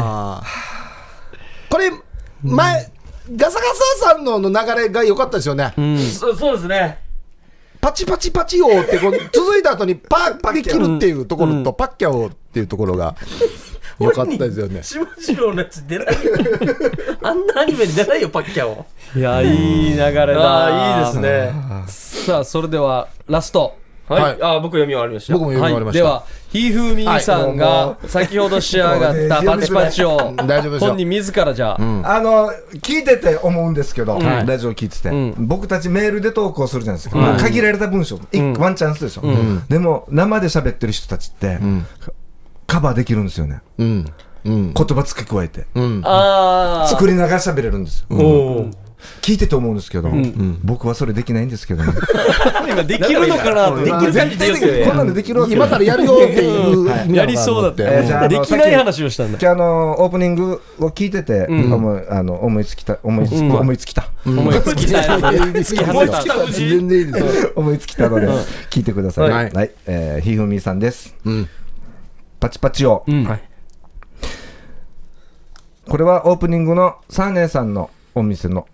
これ、前、ガサガサさんのの流れが良かったですよね。そそうですね。パチパチパチ王ってこう、続いた後にパーできるっていうところと、パッキャオっていうところが良かったですよね。しまじろうのやつ出ないよ。あんなアニメに出ないよ、パッキャオ。いやいい流れだああ、いいですね。さあそれではラストはい。はいああ、僕読み終わりました。僕も読み終わりはまい、ではひした。ーふーみーさんが先ほど仕上がったパチパチをうん大丈夫ですよ本。人自らじゃあ、あの、聞いてて思うんですけど、ラジオ聞いてて、ん僕たちメールで投稿するじゃないですか。まあ限られた文章、一ワンチャンスでしょ。でも、生で喋ってる人たちって、カバーできるんですよね。うん。うん。言葉付け加えて。うん。ああ作りながら喋れるんですよ。おー聞いてて思うんですけど、僕はそれできないんですけどね。今できるのかなとできる感じで言うよねこんなのできるわけ今からやるよっていう。やりそうだって、えーじゃああのできない話をしたんだじゃあ、あの、オープニングを聞いてて、思いあの思いつきた、思いつき、うん思いつきた、思いつきたい思いつきた藤井全然いいですよ。 [laughs] 思いつきたので、聞いてください。ははいい。えーひふみさんです。んパチパチを。うんこれはオープニングのサーネーさんのお店の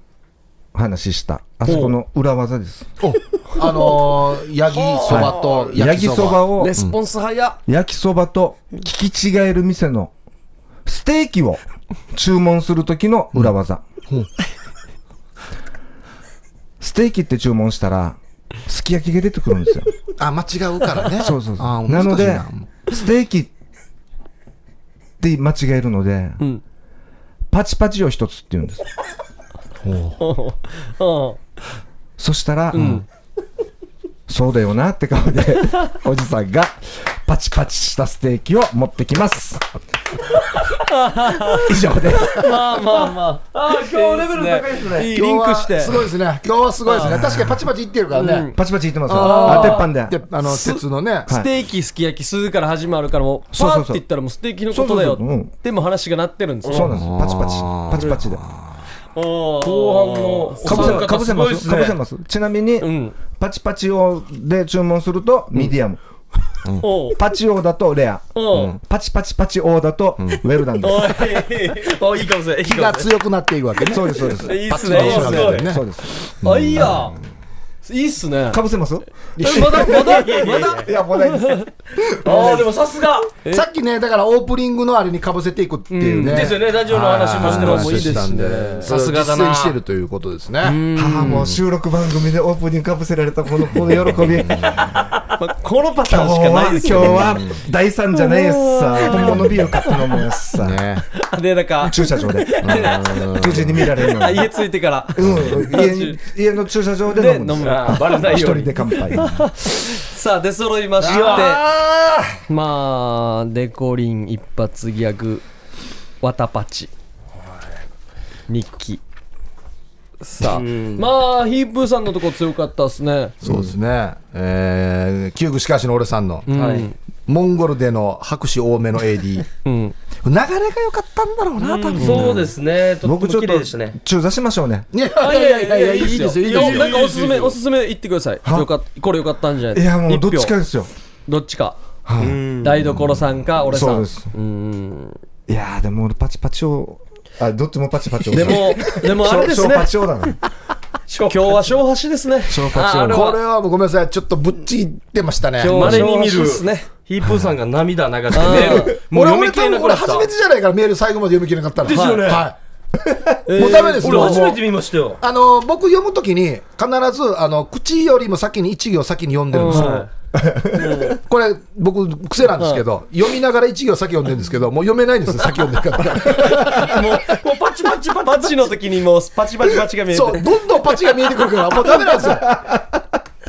話した、あそこの裏技です。あのー、ヤギそばとヤギそばをレ、スポンス早っ焼きそばと聞き違える店のステーキを注文するときの裏技。ステーキって注文したら、すき焼きが出てくる [laughs] んですよ。あ、間違うからね。そうそうそうあーなので難しいなステーキって間違えるので、んパチパチを一つって言うんです。うんそしたら、そうだよなって顔で、 [laughs] おじさんがパチパチしたステーキを持ってき [laughs] ます。以上です。まあまあまあああ、今日レベル高いですね。いい今リ日ンはクしてすごいですね。今日はすごいですね。確かにパチパチいってるからね。パチパチ言ってますよ。あ、鉄板でで。、あの、鉄のね。ステーキすき焼きするから始まるからもうそうそパーうそうって言ったらもうステーキのことだよそうそうそううんでも話がなってるんですそようなんです。パチパチ。パチパチで。後か半ぶのせかぶせます。かぶせます。ちなみに、んパチパチをで注文するとミディアム。おうパチオだとレア。おうパチパチパチオだとウェルダンでおいあいいかもしれない。いい気かがもし強くなっているわけねす。。そうです、そうです。いいっすパチねいいパチっすねしながらねそうです。あいいやいいっすねかぶせますえまだまだれない。まだいや、もうないです。ああ、でもさすが。さっきね、だからオープニングのあれにかぶせていくっていうね。ですよね、ラジオの話もしてますもいいですしねさすがだな。実践してるということですね。はあ、もう収録番組でオープニングかぶせられたこの、この喜び。まこのパターン今し日かなはい、今です日よは第三じゃないやつさ、本物ビール買ったのもやつさ、ねでなんか駐車場で、途中に見られるのあに家着いてからうん、家に家の駐車場でで飲飲むんですむよ。あーバレない一よう人に。で乾杯。さあ出揃いましてまあデコリン一発ギャグワタパチ日記さあまあヒープーさんのとこ強かったっすねそうですね。えー、キューグしかしの俺さんの、はいモンゴルでの拍手多めの AD。うん流れが良かったんだろうな、多分。そうですね、とって僕もちょっ綺麗でしとたね。中座しましょうね。いやいやいやいや、いいですよ、いいですやよ。なんかおすすめおすすめ言ってくださいはよかっこれよかったんじゃないいや、もうどっちか一票ですよ。どっちか台所さんか俺さんそうですうんいやー、でも俺パチパチを、あ、どっちもパチパチを。でもでもあれです小ねパチをだな。今日は小橋ですね。消あ化あれ中こはれはもうごめんなさい、ちょっとぶっちぎってましたね。今日まはれに見る小橋ですね。ヒープーさんが涙流してあメール、もう俺、読み俺、切多れな分く俺、なった。初めてじゃないから、メール最後まで読み切れなかったの。ですよねはい。ーもうダメです俺もう初めて見ましたよ。あの僕読むときに必ずあの口よりも先に一行先に読んでるんですよ、は [laughs] これ僕癖なんですけど、読みながら一行先読んでるんですけどもう読めないんですよ先読んでるから [laughs] いもう、もうパチパチパチ。パチの時にもうパチパチパチが見えてそうどんどんパチが見えてくるからもうダメなん [laughs] ですよ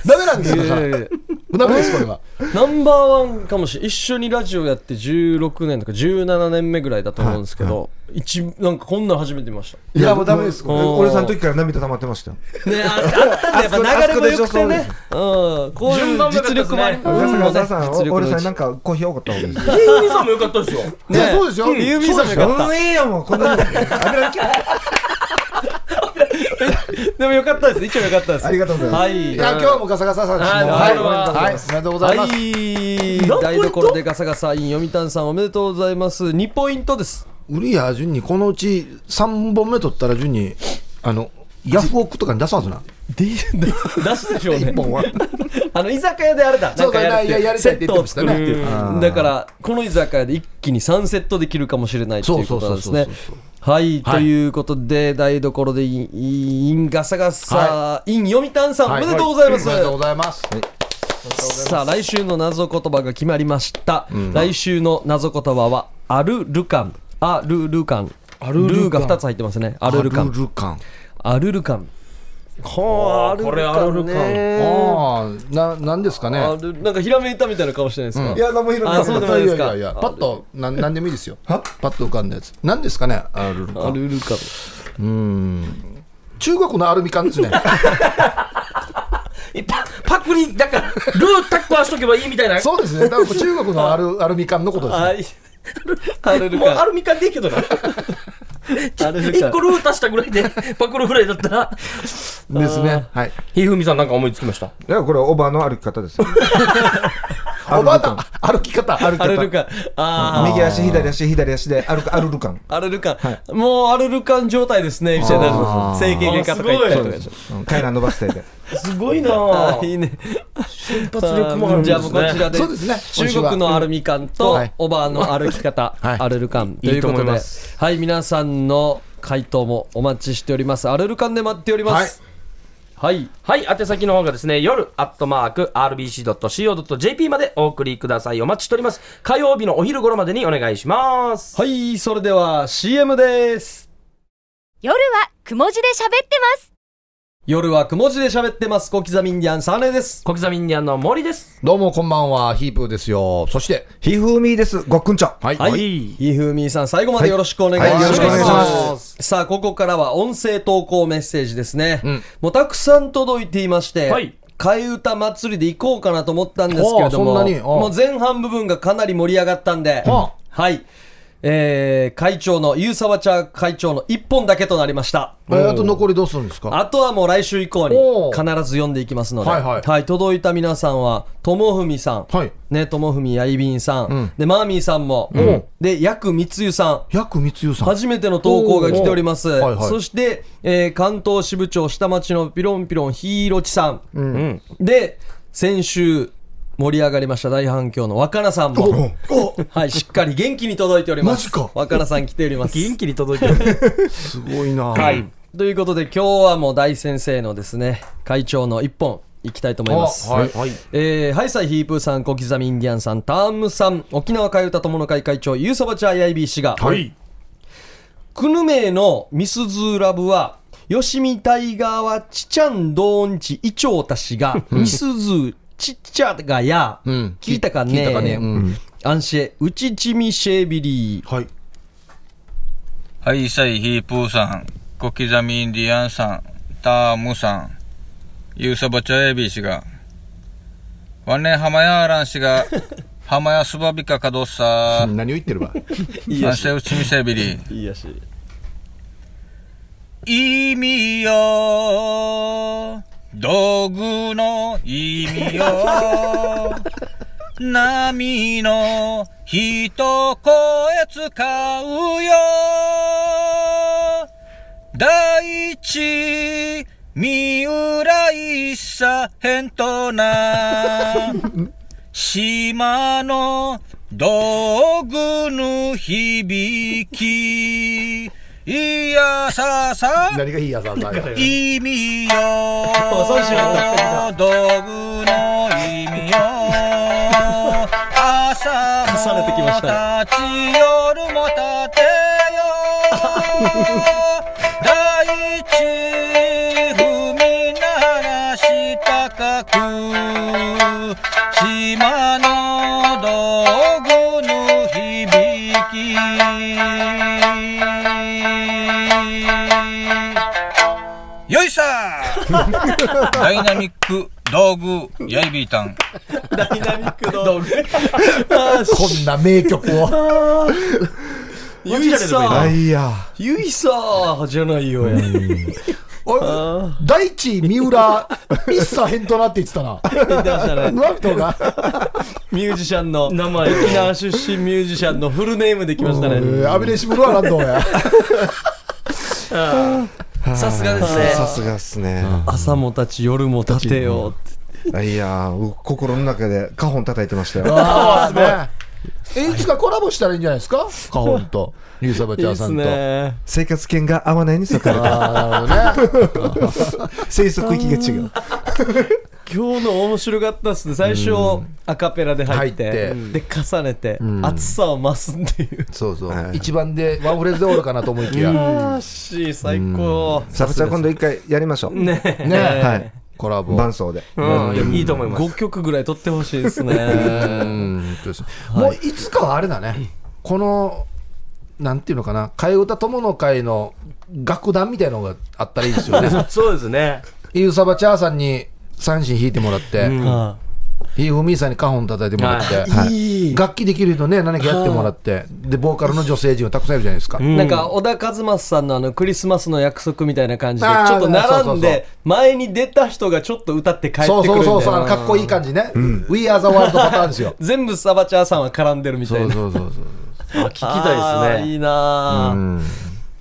ダメなんですよだからえダメですこれはーナンバーワンかもしれん一緒にラジオやって16年とか17年目ぐらいだと思うんですけど、一なんかこんなの初めて見ましいやもうダメですもうもう俺さんの時から涙溜まってましたよたねああったんだやっぱ流れも良くてねうんこういう実力もありうん順朝倉さん実力のう俺ちさんなんかコーヒーおごった方がいいですヒープーさんもよかったですよ。いやそうですよユーミンさんもよかったうんいいよもうこんなのでもよかったです一応よかったですありがとうございますはいいや今日もガサガサさんですはいもうはいはいおめでとうございます、はい台所でガサガサイン読谷さんおめでとうございます2ポイントですウリア順にこのうち3本目取ったら順にあのヤフオクとかに出すはずなで出すでしょうね1本はあの居酒屋であれだそうだなんかいややりたいって言ってましたねセットを作るっていうだからこの居酒屋で一気に3セットできるかもしれないっていうことなんですねそうそうそうそうはい、ということで台所でインインガサガサ、イン読谷さん、おめでとうございます、おめでとうございますさあ来週の謎言葉が決まりました、来週の謎言葉はアルルカンアルルカンルーが2つ入ってますねアルルカンルカンアルルカンあこれあるか。ああ、な、なんですかね。アルなんかひらめいたみたいな顔してないですか、いや何もいらなあいそうでもないいやいですかやいや、パッと、なん、なんでもいいですよ。パッと浮かんだやつ。なんですかね。あるアルルカン中国のアルミ缶ですね。パパクリ、だから、ルータッカーしとけばいいみたいな。そうですね。多分中国のアル、アルミ缶のことですね。はいアルルもう [laughs] アカンルミ缶でいいけどな。アルルカ一ン個ルー足したぐらいで、パクるぐらいだったら。ですね。はい。ひふみさんなんか思いつきました。いやこれオバの歩き方ですよおばあた、歩き方。歩きアル方。ルカンあ右足左足左足で歩く歩る感ーアルルカン、もうアルルカン状態ですねみたいな整形外科とか行ったりとかでしょうん階段伸ばす手ですごいなあーいいね発力もあるんでじゃあすねもうこちらでそうですね中国のアルミ缶とはいおばあの歩き方、はいアルル缶ということいいと思でいまはい皆さんの回答もお待ちしておりますアルル缶で待っておりますはい、はい、宛先の方がですね、夜、アットマーク、rbc.co.jp までお送りください。お待ちしております。火曜日のお昼頃までにお願いします。はい、それでは CM です夜はくも字で喋ってます夜はくも字で喋ってます小刻みインディアンサーネです小刻みインディアンの森です。どうも、こんばんは。ヒープーですよ。そして。ひふみですごっくんちょはい。はい、はいひふみーさん最後までよろしくお願いしはいまよろす、しくお願いしますさあここからは音声投稿メッセージですね、んもうたくさん届いていまして、はい替え歌祭りで行こうかなと思ったんですけれどもああそんなにああもう前半部分がかなり盛り上がったんで、あはい、えー、会長のゆうさわちゃ会長の1本だけとなりましたえーあと残りどうするんですかあとはもう来週以降におー必ず読んでいきますので、はいはい届いた皆さんは、ともふみさん、はいね、ともふみやいびんさん、うんで、マーミーさんも、んで、やくみつゆさん、薬光代さん。初めての投稿が来ております。おーはいはいそして、えー関東支部長下町のピロンピロンひいろちさん。んで、先週盛り上がりました大反響の若菜さんおも、おはい、しっかり元気に届いております。マジか若菜さん来ております。気に届いてる。すごいな。はい。ということで今日はもう大先生のですね会長の一本いきたいと思います。あはいはい。えー、ハイサイヒープーさん、小刻みインディアンさん、タームさん、沖縄かゆた友の会会長、ゆうさばちゃ IIB 氏が、はい。クヌメイのミスズーラブは、よしみタイガーはちちゃんどんちいちょうたしが、ミスズーちっちゃがや、ん聞いたかね聞いたかねうアンシェ、うちちみシェビリー。はい。はい、サイヒープーさん、小刻みインディアンさん、タームさん、ユーサバチャエビー氏が、ワネハマヤーラン氏が、ハマヤスバビカカドッサー、何を言ってるわ。アンセウチミセビリー。いいやし。 [laughs] 意味よ道具の意味よ波の一声使うよ大地三浦一さへんとな。島の道具の響き。いやささ。何がいいやさんだ [laughs] よ。意味よ道具の意味よ朝も重ねてきました立ち夜も立て [laughs] よ大地踏み鳴らし高く島の道具の響きよいしょ [laughs] ダイナミック道具やいびーたんダイナミッ [laughs] ク [laughs] の。こんな名曲を。ゆいさあん、いやゆいさんじゃないよや。おい大地、三浦、ミッサヘントなって言ってたな。ラビトが。ミュージシャンの、名前沖縄出身ミュージシャンのフルネームできましたえね。ーアビレシブルは何度や。さすがですさね。すがっすね朝も立ち、夜も立てよって。いやー心の中でカホン叩いてましたよ [laughs] ああ、すごい。えいつかコラボしたらいいんじゃないですかカホンと、リュウサバいチいャーっさすんと。ね。生活圏が合わないんですよ彼らああ、なるほどね。生息域が違う今日の面白かったっすね。最初、アカペラで入って、入で、重ねて、暑さを増すっていう。 [laughs] そうそうはい。一番でワンフレーズで終わるかなと思いきや、あーし、最高。サブちゃん今度一回やりましょうねね、 [laughs] はいコラボ。伴奏でうん、いいと思います。 5曲ぐらい撮ってほしいですうね。ん本当ですもういつかはあれだね、この、なんていうのかな、替え歌友の会の楽団みたいなのがあったらいいですよ [laughs] ね。そうですね。イウサバチャーさんに三振弾いてもらって、はイーフミーさんにカホン叩いてもらって、いいい。楽器できる人ね、何かやってもらって、で、ボーカルの女性陣はたくさんいるじゃないですか。なんか小田和正さんのあのクリスマスの約束みたいな感じでちあーょっと並んそうそうそうで前に出た人がちょっと歌って帰ってそうくるそうみそうたいそう、あな。のかっこいい感じね。We are the world パターンですよ [laughs] 全部サバチャーさんは絡んでるみたいそうなそうそうそう。あ聞きたいあーですいね。いなー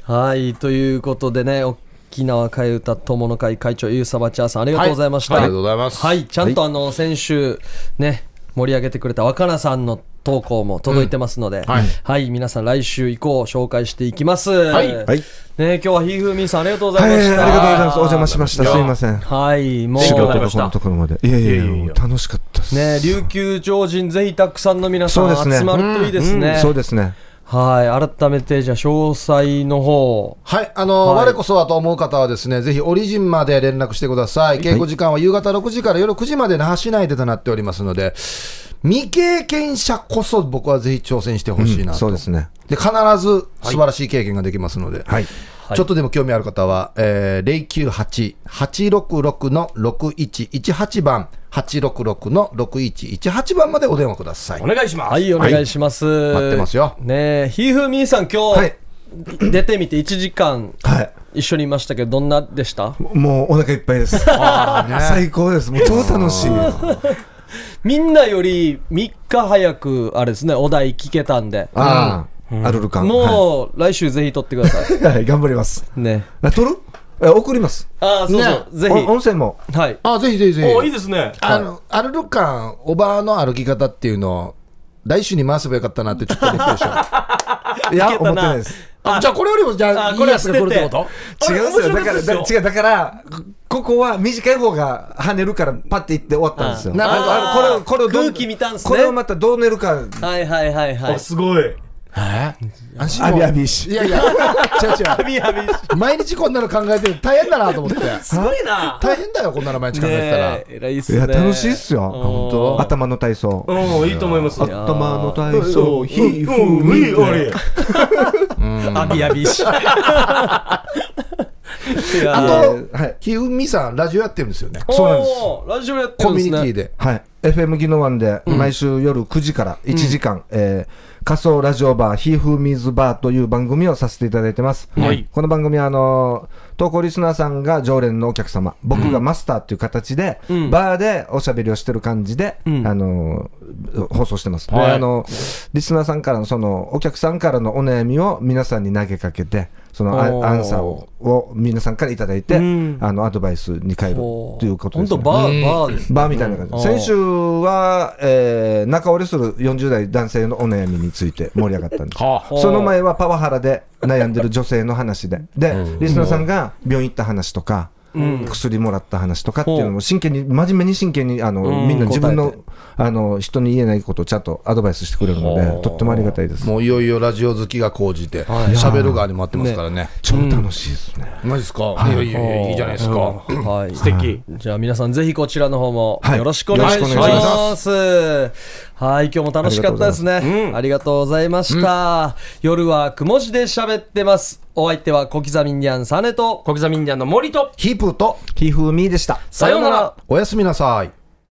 はいということでね沖縄替え歌友の会会長ゆうさばちゃーさんありがとうございました、はいありがとうございますはいちゃんとあの先週ね盛り上げてくれた若菜さんの投稿も届いてますので、はい、皆さん来週以降紹介していきます。はいはいね今日はひーふーみんさんありがとうござはいいまありした。がとうございますお邪魔しましたすいませんはい、も仕事うとかのところまでいやいやいや楽しかったですね、琉球超人ぜひたくさんの皆さそうんですね集まるといいですね。そうですねはい、改めてじゃあ詳細の方。はい、あの、はい我こそはと思う方はですね、ぜひオリジンまで連絡してください。稽古時間は夕方6時から夜9時まで那覇市内でとなっておりますので、未経験者こそ僕はぜひ挑戦してほしいなと。そうですねで必ず素晴らしい経験ができますので、はいちょっとでも興味ある方は、えー、098-866の6118番、866の6118番までお電話ください。お願いします。はい、お願いします。待ってますよねえ、ひーふーみーさん、今日、はい出てみて1時間はい一緒にいましたけど、どんなでしたもうお腹いっぱいです [laughs] 最高ですもう超楽しいみんなより3日早く、あれですね、お題聞けたんで、ああアルルカンもう来週ぜひ撮ってくださうはい頑張りますい。ね。あ撮るえ送りますああ、そうそう、ぜお音声もひ。はい。あ、ぜひぜひぜひ。おいいですね。あの、アルルカン、おばあの歩き方っていうのを、来週に回せばよかったなってちょっと思ったでしょ。いいやけたな思ってないです [laughs] あじゃあこれよりも、じゃあ、あいいこれやはつが来るってことあれ違うんです面白かよだかったらですだよ違うだからこここは短い方が跳ねるからパッていって終わったんですよなるほどああこれをこれをどん空気見たんすねこれをまたどう寝るかはいはいはいはい。すごい。足アもビアビーしいやいや、違う [laughs] 違う。毎日こんなの考えてる大変だなと思 [laughs] って。すごいな。大変だよ、こんなの毎日考えてたらね。え、偉いっすいね。や楽しいっすよ本当頭の体操うん、いいと思います。うん、頭の体操ひいい、俺。アビアビし。ああと、はいひうみさん、ラジオやってるんですよね。そうなんですラジオやってるコんミでュすニテね。ィで。はい FM 技能湾で毎週夜9時から1時間、えー仮想ラジオバーヒーフーミーズバーという番組をさせていただいてます、はいこの番組はあのー投稿リスナーさんが常連のお客様、僕がマスターっていう形で、バーでおしゃべりをしてる感じで、あのー放送してます。ではいあのリスナーさんからのそのお客さんからのお悩みを皆さんに投げかけて、そのおーあアンサーをを皆さんからいただいて、んあのアドバイスに変えるということほでんす、とね。バー、バーです。バーみたいな感じ、うん先週は、えー仲折れする40代男性のお悩みについて盛り上がったんですはあその前はパワハラで悩んでる女性の話でで、リスナーさんが病院行った話とか、薬もらった話とかっていうのも真剣に真面目に真剣にあの、みんな自分答のあの人に言えないことをちゃんとアドバイスしてくれるのでとってもありがたいですもういよいよラジオ好きが高じて、喋る側に待ってますからね。超楽しいですね、マジですかいやいやいやいいじゃないですか。 [clears throat] はい。素敵。じゃあ皆さんぜひこちらの方もはいよろしくお願いします。よはろい、しくお願いし今日も楽しかったですね。ありがとうございました。夜はくも字で喋ってます。お相手は小刻みにゃんサネと、小刻みインディアンの森と、ヒープーとひふみでしたさようなら。おやすみなさい。